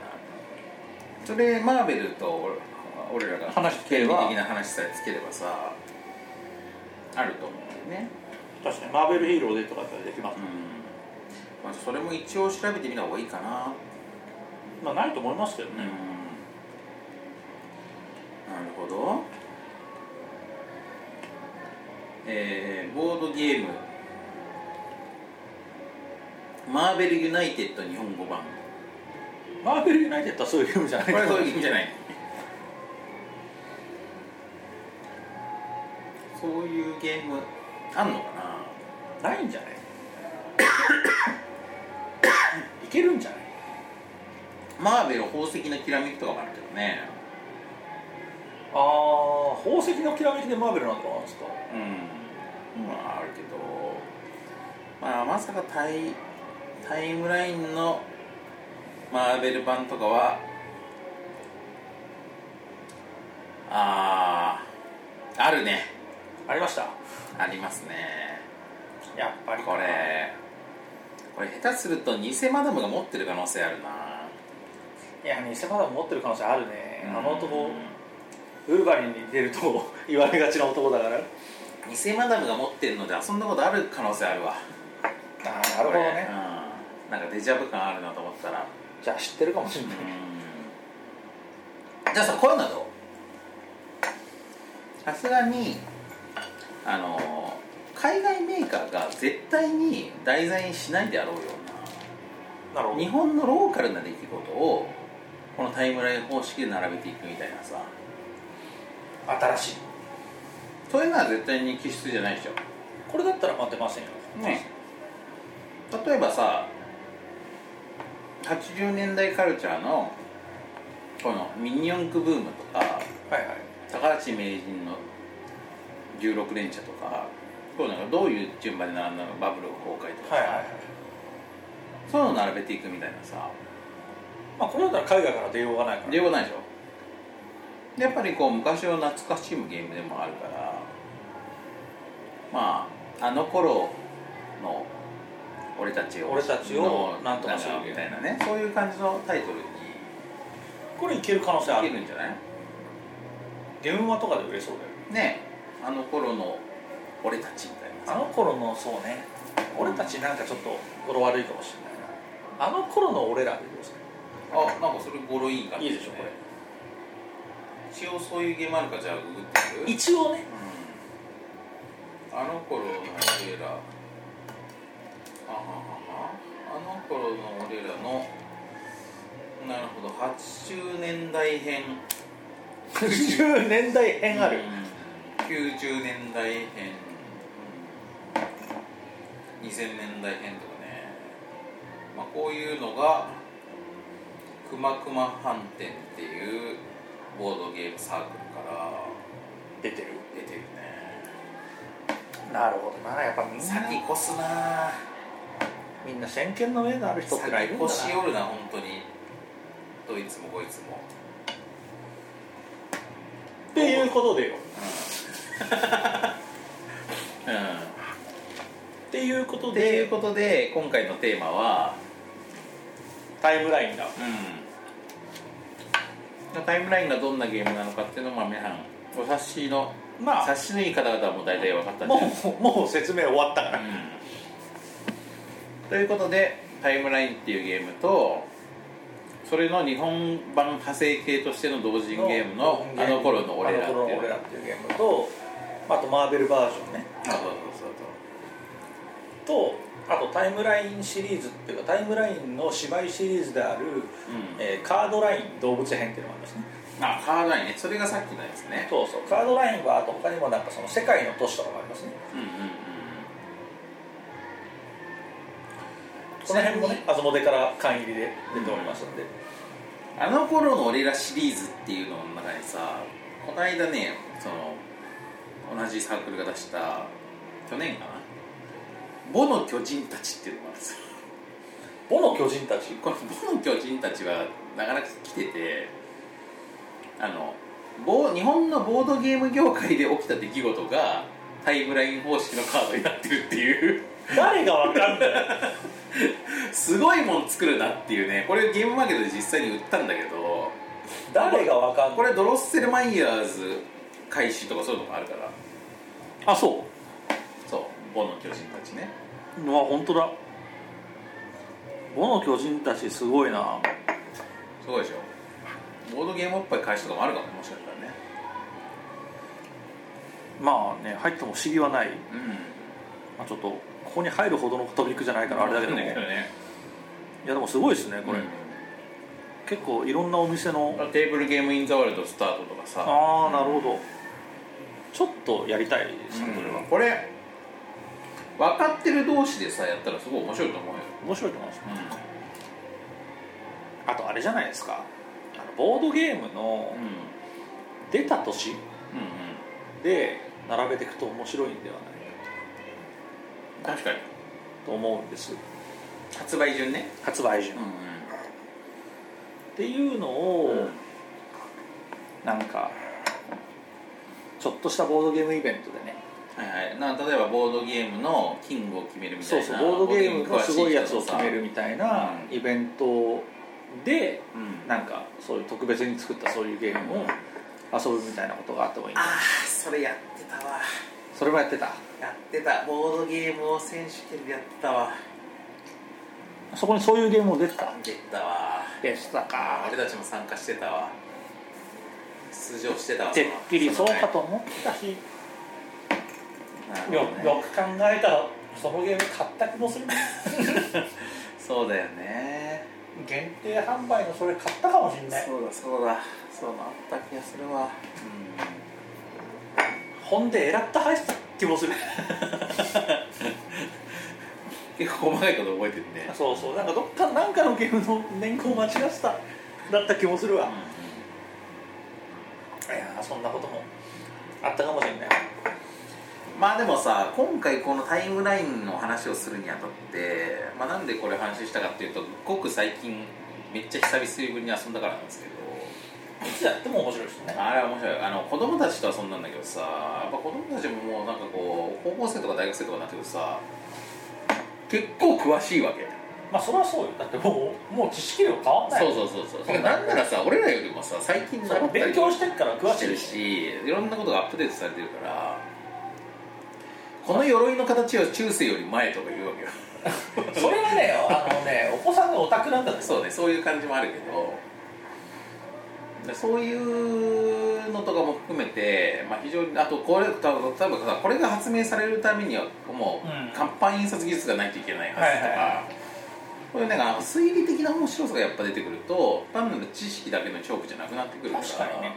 それマーベルと俺俺らが
話してれば
権利的な話さえつければさあると思うんだよね
確かにマーベルヒーローでとかだったらできます
うん、まあ、それも一応調べてみた方がいいかな
まあないと思いますけど
う
ね、
んなるほどえーボードゲームマーベルユナイテッド日本語版
マーベルユナイテッドはそういうゲームじゃない
これはそういう意味じゃないそういうゲームあんのかなないんじゃない
いけるんじゃない
マーベル宝石のきらめきとかもあるけどね
ああ宝石のきらめきでマーベルなんだなんですか
うんまああるけどまあまさかタイタイムラインのマーベル版とかはあああるね
ありました
ありますね
やっぱり
これこれ下手すると偽マダムが持ってる可能性あるない
や偽マダム持ってる可能性あるね、あの
う
男
ん
ウルヴァリンに出ると 言われがちな男だからあ
偽マダムが持ってるので遊んだことある可能性あるわ
あなるほど
これ
ね
うん、なんかデジャブ感あるなと思ったら
じゃあ知ってるかもしれない
じゃあさこういうのはどうさすがにあの海外メーカーが絶対に題材にしないであろうよ
なる
うな日本のローカルな出来事をこのタイムライン方式で並べていくみたいなさ
新しい
そういうのは絶対に気質じゃないでしょ
これだったら待ってませんよ
ね例えばさ80年代カルチャーのこのミニ四駆ブームとか
はいはい
高橋名人の16連射とかこういうのがどういう順番で並んだのかバブル崩壊とか
はい
さ、
はいはい
そういうのを並べていくみたいなさ
まあこれだったら海外から出ようがないから
出ようがないでしょでやっぱりこう昔を懐かしむゲームでもあるからまああの頃の俺たちを
俺たちを
の
なんとかする
みたいなねそういう感じのタイトルに
これいける可能性あ
い
る
けるんじゃない
電話とかで売れそうだよ
ねえあの頃の俺たちみたいなさ
あの頃のそうね俺たちなんかちょっと語呂悪いかもしれないなあの頃の俺らでどうですか
あなんかそれ語呂いい感じ
いいでしょこれ
一応そういうゲームあるかじゃあググってみる
一応ね
うんあの頃の俺らあはははあの頃の俺らのなるほど80年代編
90年代編ある、
うん90年代編うん2000年代編とかね、まあ、こういうのが「くまくま飯店」っていうボードゲームサークルから
出てる
出てるね
なるほどなやっぱみんな
先越すな
みんな先見の目がある人ってのはい
先
るんだな
越しおるな本当にどいつもこいつも
っていうことでよ
うん
っていうこと
という
で
ことで今回のテーマは
タイムラインだ
うん、タイムラインがどんなゲームなのかっていうのも皆さんお察しの
ま
察しのいい方々はもう大体分かったんじゃ
も
ないです
うもう説明終わったか、
からうんということでタイムラインっていうゲームとそれの日本版派生系としての同人ゲームのあの頃の俺らって
あの
い
頃の
う
俺らっていうゲームとあとマーベルバージョンね
そうそうそう
とあとタイムラインシリーズっていうかタイムラインの芝居シリーズである、
そう、うん
えーカードライン動物編っていうのがありますね
あカードラインねそれがさっきのやつね
そうそうカードラインはあと他にもなんかその世界の都市とかもありますね
うんうんうん
この辺もねアズモデから缶入りで出ておりますんで、
あの頃の俺らシリーズっていうのの中にさこの間ねその同じサークルが出した去年かな「ボの巨人たち」っていうのがあるんですよ
ボの巨人たち
この「ボの巨人たち」はなかなか来ててあのボ日本のボードゲーム業界で起きた出来事がタイムライン方式のカードになってるっていう
誰がわかんない
すごいもん作るなっていうねこれゲームマーケットで実際に売ったんだけど
誰がわかんない
これドロッセルマイヤーズ開始とかそういうのもあるから
あそ
そうボの巨人たちね
ううわ本当だボの巨人たちすごいな
そうでしょボードゲームおっぱい返しとかもあるかもねもしかしたらね
まあね入っても不思議はない、
うん
まあ、ちょっとここに入るほどのトピックじゃないからあれだけども、い
ね
やでもすごいですねこ
こ
れ、
れ、
結構いろんなお店の
テーブルゲームインザワールドスタートとかさ
ああなるほどちょっとやりたいですねこれは、
これ分かってる同士でさやったらすごい面白いと思うよ、
面白いと思いますあとあれじゃないですかあのボードゲームの
うんうん
出た年
うん
で並べていくと面白いんではない
確かに
と思うんです
発売順ね
発売順、
う
っ
ん
ていうのを、なんかちょっとしたボードゲームイベントでね
はいはいな例えばボードゲームのキングを決めるみた
そ
いうな
そうボードゲームがすごいやつを決める
み
みたいな
うん
イベントで
たいな
なんかそういう特別に作ったそういうゲームを遊ぶみたいなことがあってもいい
ああそれやってたわ
それもやってた
やってたボードゲームを選手権でやってたわ
そこにそういうゲームも出てた
出たわ
出てた
あ
か
俺たちも参加してたわ出場してたわ
てっきりそうか
と
と思ったし
よよく考えたらそのゲーム買った気もする
そうだよね
限定販売のそれ買ったかもしんない
そうだそうだそうだあった気がするわうん
ほんでエラッタ入った気もする
結構細かいこと覚えてるね
そうそうなんかどっかなんかのゲームの年号間違ってただった気もするわいやーそんなこともあったかもしれない
まあでもさ今回このタイムラインの話をするにあたって、まあ、なんでこれ話したかっていうとごく最近めっちゃ久々ぶりに遊んだからなんですけど
いつやっても面白いですね
あれは面白いあの子供たちと遊んだんだけどさやっぱ子供たちももうなんかこう高校生とか大学生とかになってくるとさ結構詳しいわけ
まあそれはそうよだってもうもう知識量変わんない
そうそうそうそうなんならさ俺らよりもさ最近習った
勉
り
強してるから詳
し
してい
るしいろんなことがアップデートされてるからこの鎧の形は中世より前とか言うわけよ
それはねあのねお子さんのオタクなんだって
そうねそういう感じもあるけどでそういうのとかも含めて、まあ、非常にあとこれ多分多分さこれが発明されるためにはも
うん
う看板印刷技術がないといけないはずとか、
はいはいは
こういうなんか推理的な面白さがやっぱ出てくると単なる知識だけのチョークじゃなくなってくるから
確かにね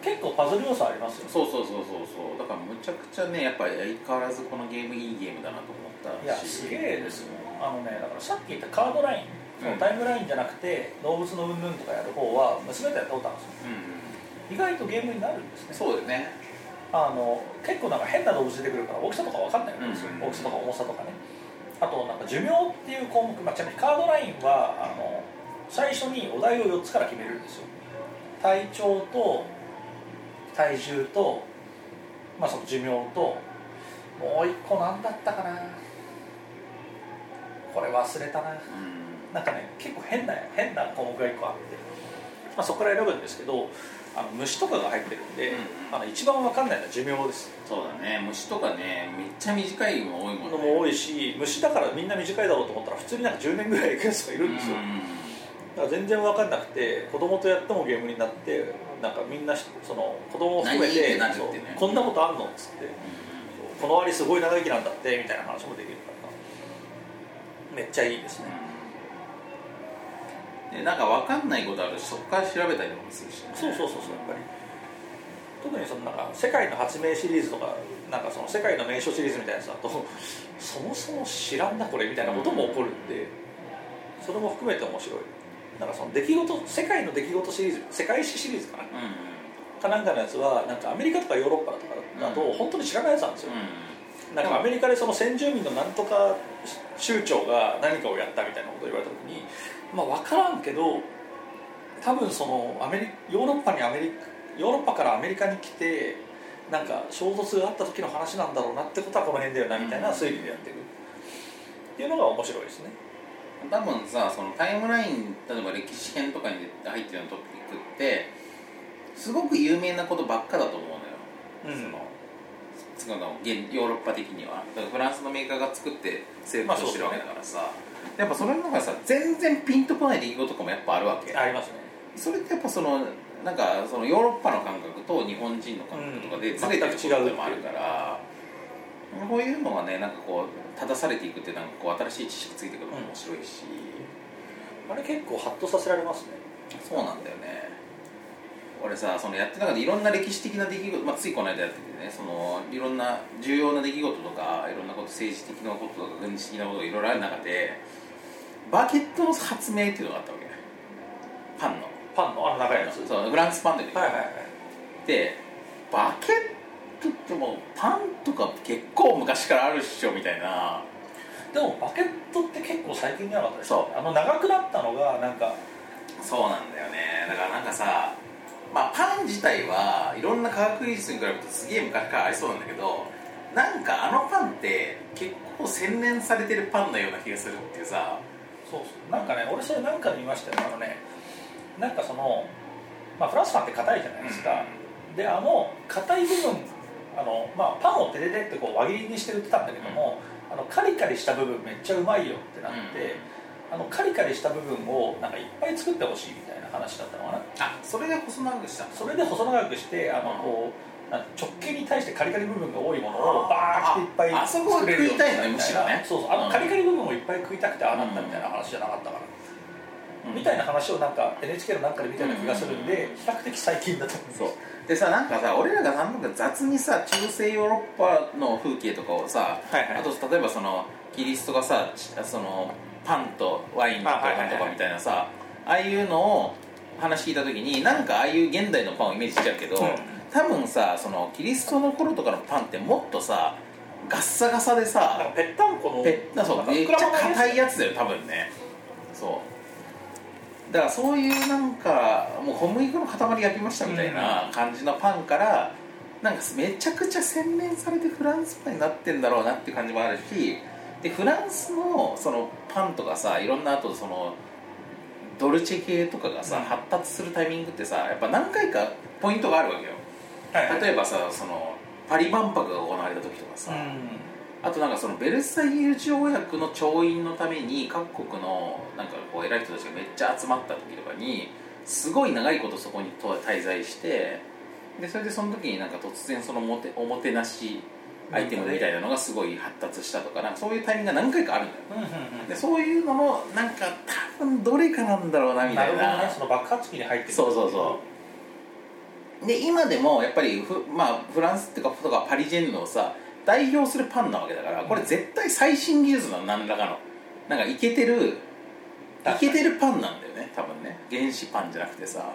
結構パズル要素ありますよ
そうそうそうそうそうだからむちゃくちゃねやっぱ相変わらずこのゲームいいゲームだなと思ったし
いやすげえですよあのねだからさっき言ったカードラインそのタイムラインじゃなくて動物の云々とかやる方は娘とやったことあるん
うん
ですよ意外とゲームになるんですね
そうだよね
あの結構なんか変な動物出てくるから大きさとか分かんないわけですよ、
うん
大きさとか重さとかねあとなんか寿命っていう項目、まあ、ちなみにカードラインはあの最初にお題を4つから決めるんですよ体調と体重と、まあ、その寿命ともう一個何だったかなこれ忘れたな
うん
なんかね結構変な変な項目が1個あって、まあ、そこから選ぶんですけどあの虫とかが入ってるんで、
うん
あの一番わかんないのは寿命です
そうだね虫とかねめっちゃ短いの多いもんね
のも多いし虫だからみんな短いだろうと思ったら普通になんか10年ぐらいいくやつがいるんですよ、だから全然わかんなくて子供とやってもゲームになってなんかみんなしその子供を含め
何
て
ってなるって
そう
ね
こんなことあんのっつってこの割すごい長生きなんだってみたいな話もできるからめっちゃいいですね
うんでなんか分かんないことあるしそこから調べたりもするしね、
そうそうそうそうやっぱり特にそのなんか世界の発明シリーズとかなんかその世界の名所シリーズみたいなやつだとそもそも知らんなこれみたいなことも起こるんでそれも含めて面白いなんかその出来事世界の出来事シリーズ世界史シリーズかな
うん
かなんかのやつはなんかアメリカとかヨーロッパとかだと
うん
本当に知らないやつなんですよ、
う
なんかアメリカでその先住民のなんとか州長が何かをやったみたいなことを言われた時にまあ分からんけど多分そのアメリヨーロッパにアメリヨーロッパからアメリカに来てなんか衝突があった時の話なんだろうなってことはこの辺だよなみたいな推理でやってるっていうのが面白いですね
ん多分さそのタイムライン例えば歴史編とかに入ってるようなトピックってすごく有名なことばっかだと思うのよ
うん
その現ヨーロッパ的にはだからフランスのメーカーが作って成功してるわけだからさ、やっぱそれの方がさ全然ピンとこない出来事とかもやっぱあるわけ
ありますね
それってやっぱそのなんかそのヨーロッパの感覚と日本人の感覚とかで
うん
ずれてる
全く
こ
違う
とでもあるから、こういうのがねなんかこう正されていくってなんかこう新しい知識ついてくるのも面白いし、
あれ結構ハッとさせられますね
そうなんだよね俺さそのやってる中でいろんな歴史的な出来事、まあ、ついこの間やっててねそのいろんな重要な出来事とかいろんなこと政治的なこととか軍事的なことがいろいろある中でバケットの発明っていうのがあったわけパンの
パンのあの長いやつはい
そうフランスパンでね、
はいはい
でバケットってもうパンとか結構昔からあるっしょみたいな
でもバケットって結構最近じゃなかったですか
そ
あの長くなったのがなんか
そうなんだよねだからなんかさまあパン自体はいろんな科学技術に比べてすげえ昔からありそうなんだけどなんかあのパンって結構洗練されてるパンのような気がするっていうさ
そうそうなんかね俺それなんかで見ましたよあのねなんかその、まあ、フランスパンって硬いじゃないですか、であの硬い部分あの、まあ、パンをテレテってこう輪切りにして売ってたんだけども、あのカリカリした部分めっちゃうまいよってなって、あのカリカリした部分をなんかいっぱい作ってほしいみたいな話だったのかな
あそれで細長くしたの
それで細長くしてあのこうなんか直径に対してカリカリ部分が多いものをバーっていっぱい
ああそこを食いたいのね
み
む
た
し
い
ろ
な
ね
そうそうあの
ん
カリカリ部分をいっぱい食いたくてああなったみたいな話じゃなかったから、みたいな話をなんか NHK のなんかで見たような気がするんで、比較的最近だと思います
そうでさなんかさ俺らがなんか雑にさ中世ヨーロッパの風景とかをさ、
はいはい
あと例えばそのキリストがさちそのパンとワインと
あはいはいは
パ
い
ンとかみたいなさああいうのを話聞いた時になんかああいう現代のパンをイメージしちゃうけど、多分さそのキリストの頃とかのパンってもっとさガッサガサで
なん
さ
かぺったんこの
ペッなそうめっちゃ硬いやつだよ多分ねそうだからそういうなんかもう小麦粉の塊焼きましたみたいな感じのパンから、なんかめちゃくちゃ洗練されてフランスパンになってんだろうなっていう感じもあるしでフランスのそのパンとかさいろんなあとそのドルチェ系とかがさ、
うん
発達するタイミングってさやっぱ何回かポイントがあるわけよ
はい
例えばさそのパリ万博が行われた時とかさ、あとなんかそのベルサイユ条約の調印のために各国のなんかこう偉い人たちがめっちゃ集まった時とかにすごい長いことそこにと滞在してでそれでその時になんか突然そのもておもてなしアイテムみたいなのがすごい発達したとかなんかそういうタイミングが何回かあるんだよ
うんうん
でそういうののなんか多分どれかなんだろうな
うん
み
な
た
る
い
ほ
な
どねその爆発期に入ってくる
そうそうそうで今でもやっぱりフ,、まあ、フランスっていうかとかパリジェンヌをさ代表するパンなわけだからこれ絶対最新技術なの何らかのなんかイケてるイケてるパンなんだよね多分ね原始パンじゃなくてさ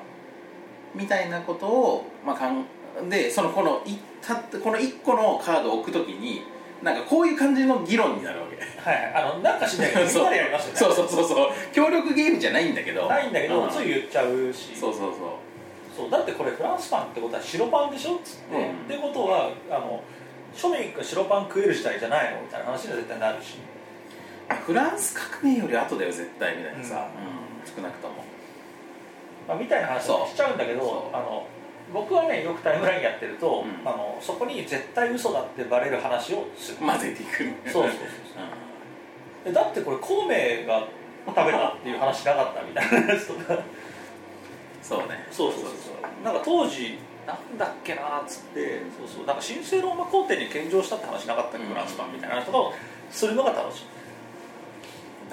みたいなことを、まあ、かんでそのこのいたこの1個のカードを置くときになんかこういう感じの議論になるわけ
はいあのなんかしないけどみんなでやりますよね
そうそうそうそう協力ゲームじゃないんだけど
ないんだけ
う
ど
ん
つ
そう
い言っちゃうし
そうそう
そうだってこれフランスパンってことは白パンでしょっつって、
うん
ってことはあの庶民が白パン食える時代じゃないのみたいな話には絶対なるし
フランス革命より後だよ絶対みたいなさ、
う
うん少なくとも
まあ、みたいな話
そう
をしちゃうんだけど
そ
あの僕はねよくタイムラインやってると、
うん
あのそこに絶対嘘だってバレる話をする、
混ぜていくね
そうそうそう
う
でだってこれ孔明が食べたっていう話なかったみた いなやつとか
んそうね
そうそうそうそうなんか当時なんだっけなっつってそうそうなんか神聖ローマ皇帝に献上したって話なかったっ
う
け
ん
フランスパンみたいなのとかをするのが楽しい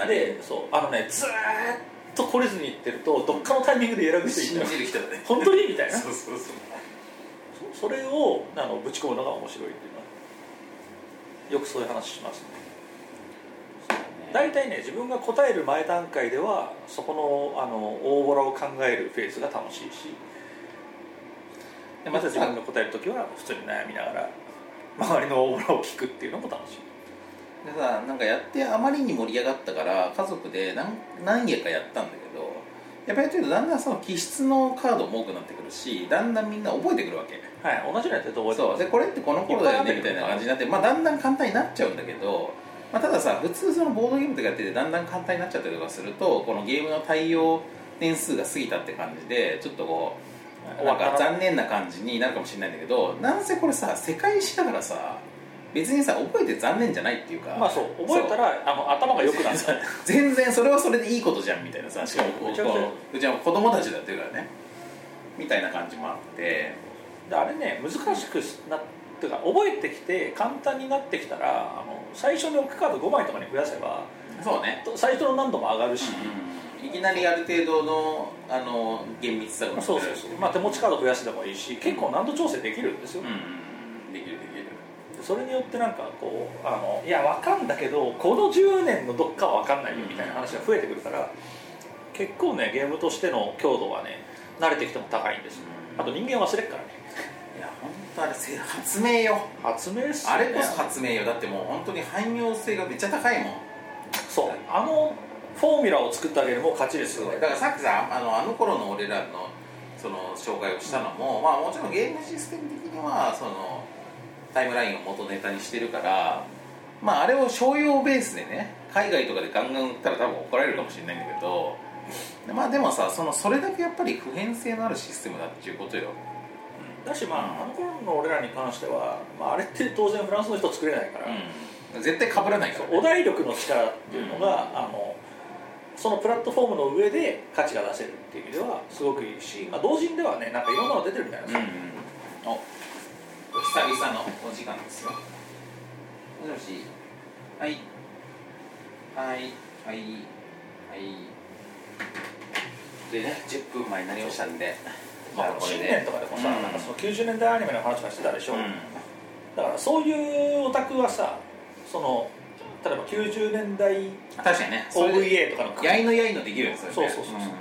でそうあのねずーっと来れずに行ってるとどっかのタイミングで偉くしてい
信
いん だよ
じる人だね
本当にみたいな
そうそうそう
そそれをあのぶち込むのが面白いっていうのはよくそういう話しますね大体ね自分が答える前段階ではそこのあの大ボラを考えるフェーズが楽しいしでまた自分が答える時は普通に悩みながら周りの大ボラを聞くっていうのも楽しい
でさなんかやってあまりに盛り上がったから家族で何何やかやったんだけどやっぱりやってるとだんだんその気質のカードも多くなってくるしだんだんみんな覚えてくるわけ
はい同じのやってると覚
そうでこれってこの頃だよね
い
み
っぱ
た
いある
いな感じになって、まあ、だんだん簡単になっちゃうんだけど、まあ、たださ普通そのボードゲームとかやっててだんだん簡単になっちゃったりとかするとこのゲームの対応年数が過ぎたって感じでちょっとこうなんか残念な感じになるかもしれないんだけどなんせこれさ世界史だからさ別にさ覚えて残念じゃないっていうか
まあそう覚えたらあの頭が良くなった
全然それはそれでいいことじゃんみたいなさしかもこう
めちゃくちゃ
こううちは子供たちだってるからねみたいな感じもあって
であれね難しくなってか覚えてきて簡単になってきたらあの最初に置くカード5枚とかに増やせば
そうね、
と最初の難度も上がるし、
いきなりある程度のあの厳密さが
そうそうそう、まあ、手持ちカード増やしてもいいし結構難度調整できるんですよ、
うんできるできる
それによってなんかこうあのいやわかんだけどこの10年のどっかはわかんないよみたいな話が増えてくるから結構ねゲームとしての強度はね慣れてきても高いんですよあと人間忘れっからね
いや本当あれせ発明よ
発明っすよ
あ
ね
れこそ発明よだってもう本当に汎用性がめっちゃ高いもん
そうあのフォーミュラを作ってあげるもう勝ちですよ
だからさっきさあのあの頃の俺らのその紹介をしたのも、まあもちろんゲームシステム的にはそのタイムラインを元ネタにしてるからまああれを商用ベースでね海外とかでガンガン売ったら多分怒られるかもしれないんだけどまあでもさそのそれだけやっぱり普遍性のあるシステムだっていうことよ
だしまああの頃の俺らに関しては、まあ、あれって当然フランスの人作れないから、
うん絶対被らないから、
お題力の力っていうのが、あのそのプラットフォームの上で価値が出せるっていう意味ではすごくいいし、まあ、同人ではねなんかいろんなの出てるみたいなんですよ、
うん、お久々のお時間ですよもしもしはいはいはいはいでね10分前になりましたんで
まあ、新年とかでもさ、
うん
なんかその90年代アニメの話とかしてたでしょ、
うん
だからそういうオタクはさその例えば90年代
確かにねそれで
OVA とかの
やいのやいのできるんですよね
そうそうそうそう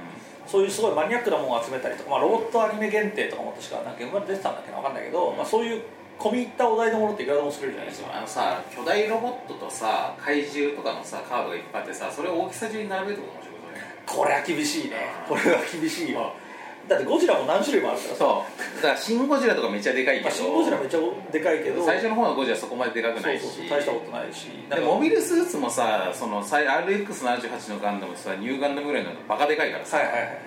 そういうすごいマニアックなものを集めたりとか、まあ、ロボットアニメ限定とかも確かなんか今まで出てたんだっけど分かんないけど、まあ、そういう込み入ったお題のものっていくらでも作れるじゃないですか
あのさ巨大ロボットとさ怪獣とかのさカードがいっぱいあってさそれを大きさ順に並べるってこと面白いことね
これは厳しいねこれは厳しいよだってゴジラも何種類もあるからさ、
そうだから「シン・ゴジラ」とかめっちゃでかいけ
ま
ど
あ、シン・ゴジラめっちゃでかいけど
最初の方のゴジラそこまででかくないし
そうそうそう大したことないしなん
で
か
モビルスーツもさそのさ RX78 のガンダムさニューガンダムぐらいのバカでかいからさ、
はいはいはい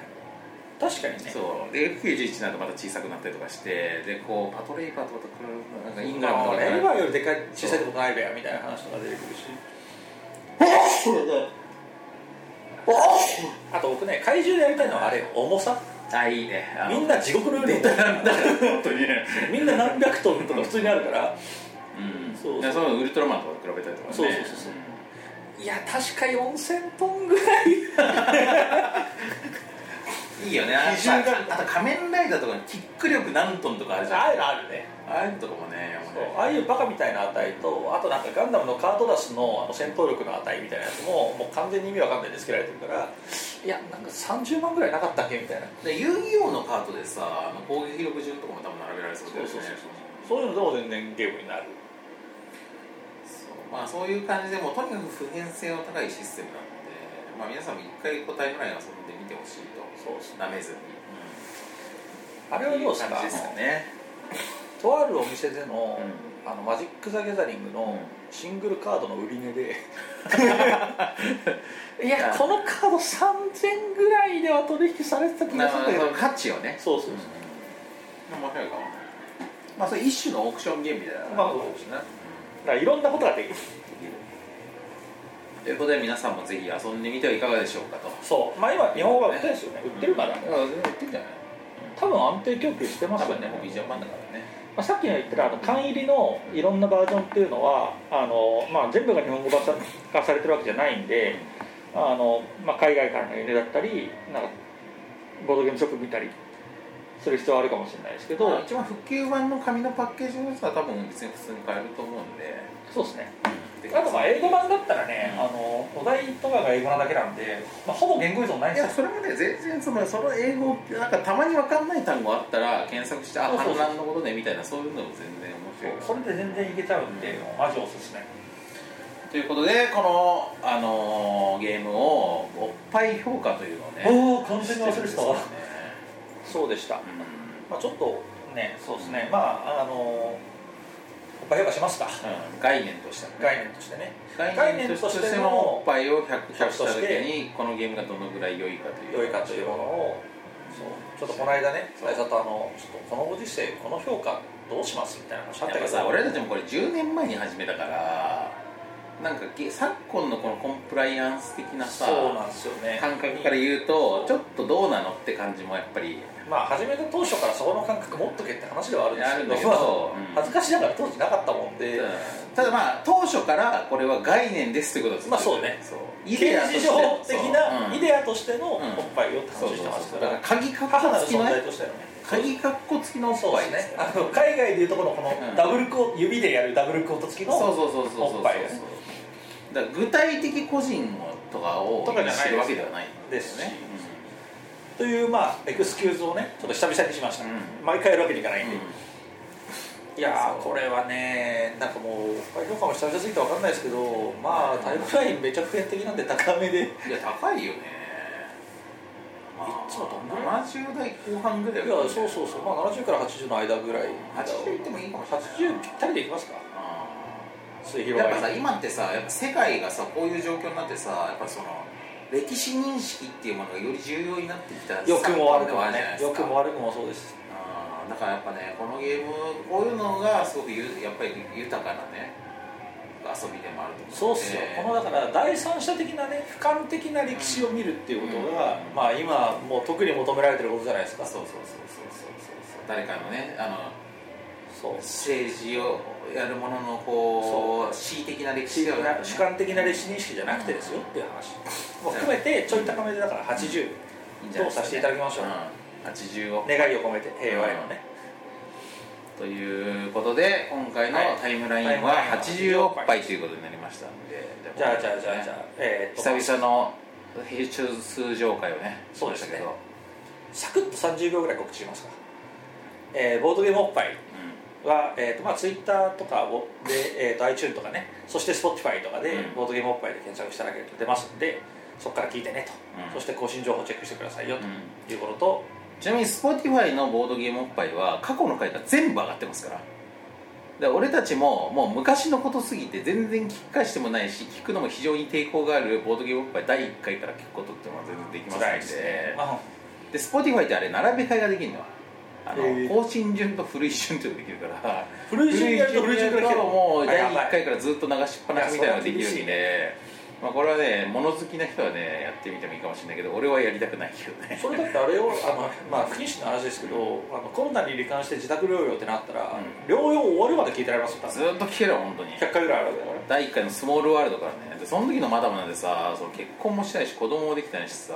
確かにね
そうで F91 なんてまた小さくなったりとかしてでこうパトレイバーとかとこうなんかイングランドとか
エルバーよりでかい小さいとこないべやみたいな話とか出てくるしあと僕ね怪獣でやりたいのはあれよ重さ
あいいねあの
みんな地獄のように
なんだ本当に ね
みんな何百トンとか普通にあるから
うん
そうそう
だからそのウルトラマンとかと比べたりとかね
そうそうそうそういや確か4000トンぐらい
いいよねあの
基準が
あと仮面ライダーとかのキック力何トンとかあるじゃん
ああいうのあるね
ああいうのとかもねもう
そう
ね
ああいうバカみたいな値とあとなんかガンダムのカートダスのあの戦闘力の値みたいなやつももう完全に意味わかんないでつけられてるからいやなんか30万ぐらいなかったっけみたいな
で遊戯王のカートでさあの攻撃力順とかも多分並べられそうだよね
そういうのでも全然ゲームになる
そうまあそういう感じでもうとにかく普遍性の高いシステムなので、まあ、皆さんも一回こうタイムライン遊んでみてほしいと
そうです
なめずに、
あれはどうですか
感じですかね
あのとあるお店での,、あのマジック・ザ・ギャザリングのシングルカードの売り値 でいやこのカード3000ぐらいでは取引されてた気
な
が
る
する
ほ
ん
どその
だけど
価値をね
そうそうそう
面白いかもまあそれ一種のオークションゲームみたいな
まあそうですねだからいろんなことができる
ということで皆さんもぜひ遊んでみてはいかがでしょうかと
そうまあ今日本は売ってるんですよね売ってるから
うん売ってんじゃない
多分安定供給してま
多
すよ
分ね
ね
もうビジョン版だからね
まあ、さっきの言ってたあの缶入りのいろんなバージョンっていうのはあの、まあ、全部が日本語化さ化されてるわけじゃないんであの、まあ、海外からの輸入だったりなんかボードゲームショップ見たりする必要はあるかもしれないですけど、
まあ一番普及版の紙のパッケージのやつは多分別に普通に買えると思うんで
そうですね
で
あとまあ英語版だったらね、
うん
あのお題とかが英語なだけなんで、まあ、ほぼ言語依存ないん
い
です
や
よ
それもね全然そのその英語なんかたまに分かんない単語あったら検索してあ
そうそうそう
反乱のことねみたいなそういうのも全然面
そ
白い
れで全然いけちゃうんでマジおすすめ
ということでこの、あのーゲームをおっぱい評価というのをね
おー完全に忘れてた
してるんですよね
そうでした、
うん
まあ、ちょっとねそうですねまああのおっぱい評価しますか
うん概念としてはね
概念としてね
概念としてのおっぱいを 100, 100した
として
時にこのゲームがどのぐらい良いかという
良いかというものをそうちょっとこの間ね最初とあのちょっとこのご時世この評価どうしますみたいな話だ
やっぱさ俺たちもこれ10年前に始めたからなんかげ昨今のこのコンプライアンス的なさ
そうなんですよね
感覚から言うとちょっとどうなのって感じもやっぱり
まあ始めた当初からそこの感覚持っとけって話ではあるんです
あ
け
るん
ど
だけど、
まあ
うん
恥ずかしながら当時なかったもんで、
ただまあ当初からこれは概念ですということです
まあそうね
そう
イデア
として
上的
そう
な
うん
イデアとしてのおっぱいをって
そうそ
話
う
してます
そう
か
だから
ら
鍵かっ
母な
こ
る
つき
存
の
在
ね
としてのね
鍵かっこつきのおっ
そう
ぱ
で
い
す
です
ね
よ
あの海外でいうとこのこ
うん
のダブルクオ指でやるダブルクオート付きの
そうそうそうそうそう
おっぱいね
だから具体的個人とかを
とかじゃない
してるわけではない
ですねというまあエクスキューズをねちょっと久々にしました、
うん
毎回やるわけにいかない
うんん
で、
うん
いやー
そう
これはねなんかもう評価も久々すぎて分かんないですけどまあタイムラインめちゃ普遍的なんで高めでい
いや高いよねまあ
いつもどんぐらい
70代後半ぐらい
や
だよね
そうそうそうまあ70から80の間ぐらい
80いってもいいかもしれない
80ぴったりでいきますか末広
や
が
っ
り
ぱさ今ってさやっぱ世界がさこういう状況になってさやっぱその歴史認識っていうものがより重要になってきた
良くも悪くも
昨今ではあるじゃない
ね
です
良
か
くも悪くもそうです
あーだからやっぱねこのゲームこういうのがすごくゆやっぱり豊かなね遊びでもあると思
そうっすよ、
えー
このだから第三者的なね俯瞰的な歴史を見るっていうこと
う
が、
ん
まあ今もう特に求められてることじゃないですか
そうそうそうそうそうそう誰かのねあの
そう
政治をやるもののこう恣意的な歴史ではなく、ね、
主観的な歴史認識じゃなくてですよっていう話も含めてちょい高めでだから80
いいんじゃなですか
どうさせていただきましょう
うん、80を
願いを込めて平和へのね
ということで今回の
はい
タイムライン
タイムライン
は
は
80おっぱいということになりましたんで
じゃあじゃあじゃあじゃあえーっと
久々の編集通常会をね
そうですね
しましたけど、
サクッと30秒ぐらい告知しますか、えーボードゲームおっぱいは、えーとまあ、Twitter とかをで、えー、と iTunes とかねそして Spotify とかで、
うん
ボードゲームおっぱいで検索していただけると出ますんでそこから聞いてねと、
うん
そして更新情報チェックしてくださいよ
うんうん
ということと、
ちなみに Spotify のボードゲームおっぱいは過去の回が全部上がってますからで俺たちももう昔のことすぎて全然聞き返してもないし聞くのも非常に抵抗があるボードゲームおっぱい第1回から聞くことっていうのは全然できますん
辛い
で
ですね、まあ
で Spotify ってあれ並べ替えができるのはあの、
へえ
更新順と古い順というのができるから
古い順やると
古い順
古い順から聞ける
もう
あや
第
ばい
1回からずっと流しっぱなしみたいなのができる
いやそれは厳し
ん
い
で、まあ、これはね物好きな人はねやってみてもいいかもしれないけど俺はやりたくないけどね
それだってあれをあの、まあ、不謹慎の話ですけど、あのコロナに罹患して自宅療養ってなったら、
う
療養終わるまで聞いてられますよ多分
ずっと聞けるよ本当に
100回ぐらいあるわけだから
第1回のスモールワールドからねでその時のマダムなんてさその結婚もしてないし子供もできてないしさ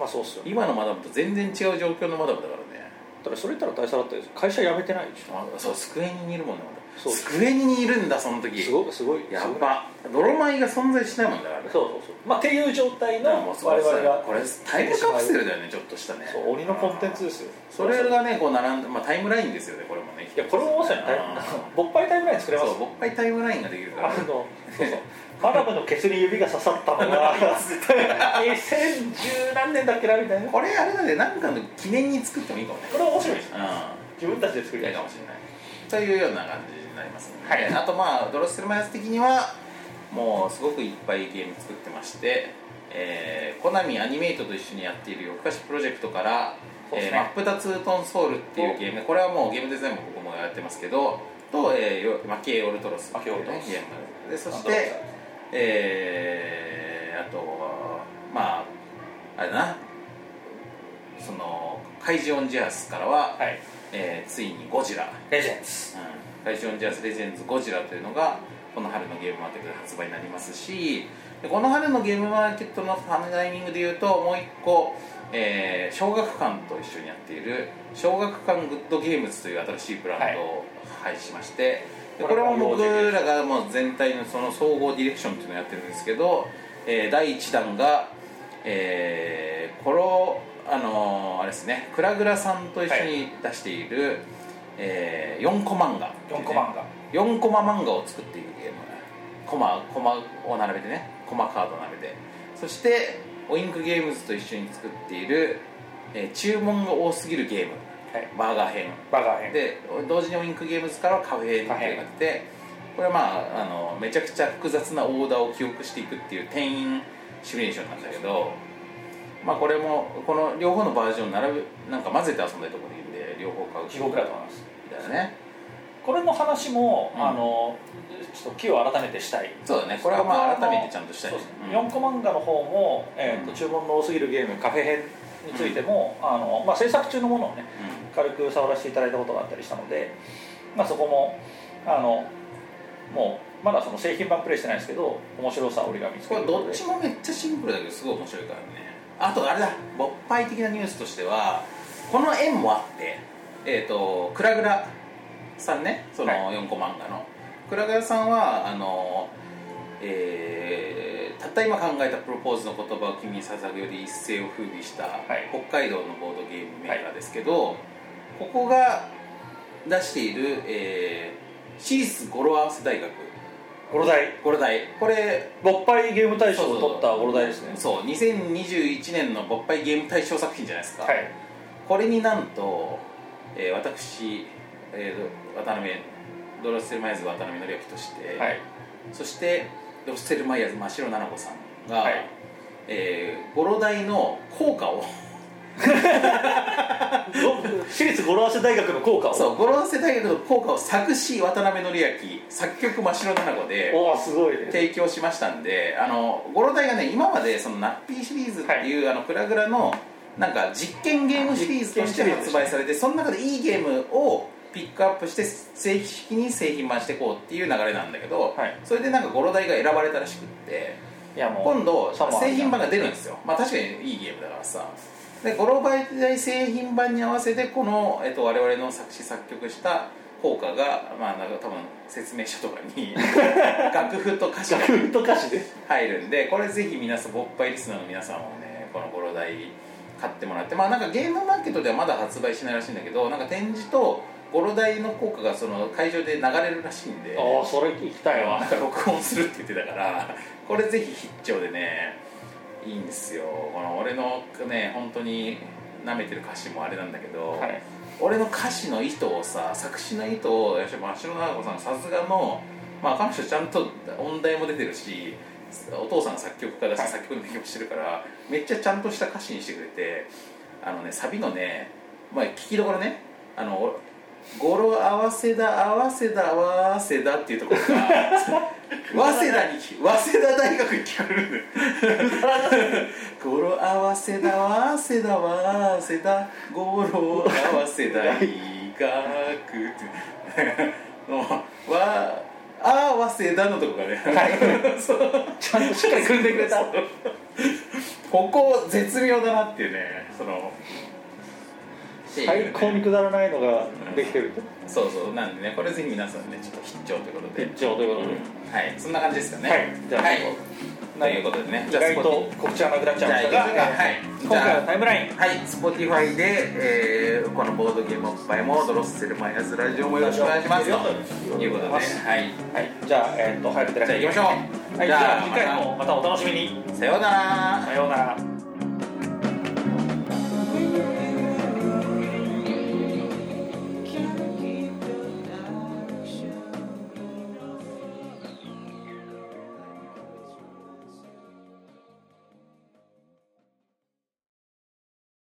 まあそうっすよね
今のマダムと全然違う状況のマダムだからね
だからそれ言ったら大佐だったら会社辞めてないでし
あそう机にいるもんね
そう
机にいるんだその
ょ
時
すごいすごい
や
す
っ
ごい
ぱ泥米が存在しないもんだからね
そうそうそうまあっていう状態の
だからもうそ
我
れ
々が
これタイムカプセルだよねちょっとしたね
そう鬼のコンテンツですよ
それがねこう並んで、まあ、タイムラインですよねこれもね
いやこれもまさにタイ
あー
勃発タイムライン作 れます
そ
よ
うもう一回タイムラインができるから
あのそうそうマダムのケツに指が刺さったの が2010何年だっけなみたいなこ
これあれだねなんかの記念に作ってもいいかもね
れ面白いです
うん
自分たちで作り
や
た
りたいか
いかも
も
し
しれないというような感じになりますね、はい、あとまあドロスルマイアス的にはもうすごくいっぱいゲーム作ってまして、えーコナミアニメイトと一緒にやっている夜更かしプロジェクトから、
そうです
えー
ね
マップタツートンソウルっていうゲームこれはもうゲームデザインも僕もやってますけどと、えーよ、マケイオルトロスっていう
マケイオルトロス
ゲームでそし
なんだろ
て
う
えーあとはまああれだなそのカイジオンジェアスからは、
れないはい
えーついにゴジラ
レジェンズ
カイジオンジャスレジェンズゴジラというのがこの春のゲームマーケットで発売になりますしでこの春のゲームマーケットのタイミングでいうともう一個、えー小学館と一緒にやっている小学館グッドゲームズという新しいブランドを配信しまして、でこれも僕らがもう全体のその総合ディレクションっていうのをやってるんですけど、えー第1弾が、えー、このあのーあれですねクラグラさんと一緒に出している、えー、4コマ漫画
4コマンが
4コマ漫画を作っているゲームコマコマを並べてねコマカードを並べてそしてオインクゲームズと一緒に作っている、えー注文が多すぎるゲーム、
はい
バーガー編
バガー編
で同時にオインクゲームズからはカフェ編っていうのが出てこれはまああのめちゃくちゃ複雑なオーダーを記憶していくっていう店員シミュレーションなんだけどまあこれもこの両方のバージョン並べなんか混ぜて遊んだりとかできるんで両方買う
地獄だと思います
みたいなね
これの話も、
うん
あのちょっと木を改めてしたい
そうだねこれはまあ改めてちゃんとしたい
そう
ね
ですね
うん
4コマ漫画の方も、えーと
うん
注文の多すぎるゲームカフェ編についても、あのまあ、制作中のものをね軽く触らせていただいたことがあったりしたので、まあ、そこもあのもうまだその製品版プレイしてないですけど面白さを折り紙つ
これ
ける
ど
と
っ
で
ちもめっちゃシンプルだけどすごい面白いからねあとあれだ勃発的なニュースとしてはこの縁もあってえっ、とクラグラさんねその
は
4個漫画の、クラグラさんはあのえーたった今考えたプロポーズの言葉を君に捧ぐより一世を風靡した、
い
北海道のボードゲームメーカーですけど、ここが出している、えー、私立語呂合わせ大学
ゴロ大
語呂大これ
勃発ゲーム大賞を取ったゴロ大ですね
そう2021年の勃発ゲーム大賞作品じゃないですか、
はい
これになんと、えー私、えー渡辺ドロッセルマイヤーズ渡辺紀明として、
はい
そしてドロッセルマイヤーズ真城菜々子さんが、
はい
えー、ゴロ大の効果を
私立語呂合わせ大学の効果を
そうゴロ世大学の効果を作詞渡辺紀明作曲真城菜々子で
おおすごいね
提供しましたんであのゴロ大がね今までそのナッピーシリーズっていう、あのクラグラのなんか実験ゲームシリーズとして
実験シリーズ
発売されてその中でいいゲームをピックアップして正式に製品版していこうっていう流れなんだけど、
はい
それでなんかゴロ大が選ばれたらしくって
いやもう
今 度
サマー
製品版が出るんですよまあ確かにいいゲームだからさでゴロバイ大製品版に合わせてこの、えっと、我々の作詞作曲した効果がまあなんか多分説明書とか に楽譜と歌詞が
楽譜と歌詞で
入るんでこれぜひ皆さん勃発リスナーの皆さんもねこのゴロ台買ってもらってまあなんかゲームマーケットではまだ発売しないらしいんだけどなんか展示とゴロ台の効果がその会場で流れるらしいんで
ああそれ聞きたいわ
なんか録音するって言ってたからこれぜひ必聴でねいいんですよこの俺のね本当に舐めてる歌詞もあれなんだけど、
はい
俺の歌詞の意図をさ作詞の意図をやっぱ真城菜々子さんさすがの、まあ、彼女ちゃんと音大も出てるしお父さん作曲家だし作曲の勉強もしてるからめっちゃちゃんとした歌詞にしてくれてあのねサビのね、まあ、聞きどころねあの語呂合わせだ合わせだ合わせだっていうところが 早稲田にき早稲田大学に聞こえるんだよ語呂合わせだわせだわせだ語呂合わせだいがくってのわ合わせだのとこがね、 そう
ちゃんとしっかり組んでくれた
ここ絶妙だなっていうねその
最高にくだらないのができてる
そうそうなんでねこれぜひ皆さんねちょっと必聴ということで
一応ということで
はいそんな感じですかね
はいじゃあ
はいということでね
意
じゃあ
外と告知はなくなっち
じゃあ
ゃいましたが
はい
今
じ
回
ゃあ
はタイムライン
はい、Spotify で、えーこのボードゲームおっぱいもドロッセルマイヤーズラジオもよろしくお願いしますよということで、はい、
はいじゃあえっと早くてらっ
じ
し
ゃあ
ゃい
行きましょう、
はいじ
じ
ゃ
ゃ
あ
あ
次回もまたお楽しみに
またさようなら
さようなら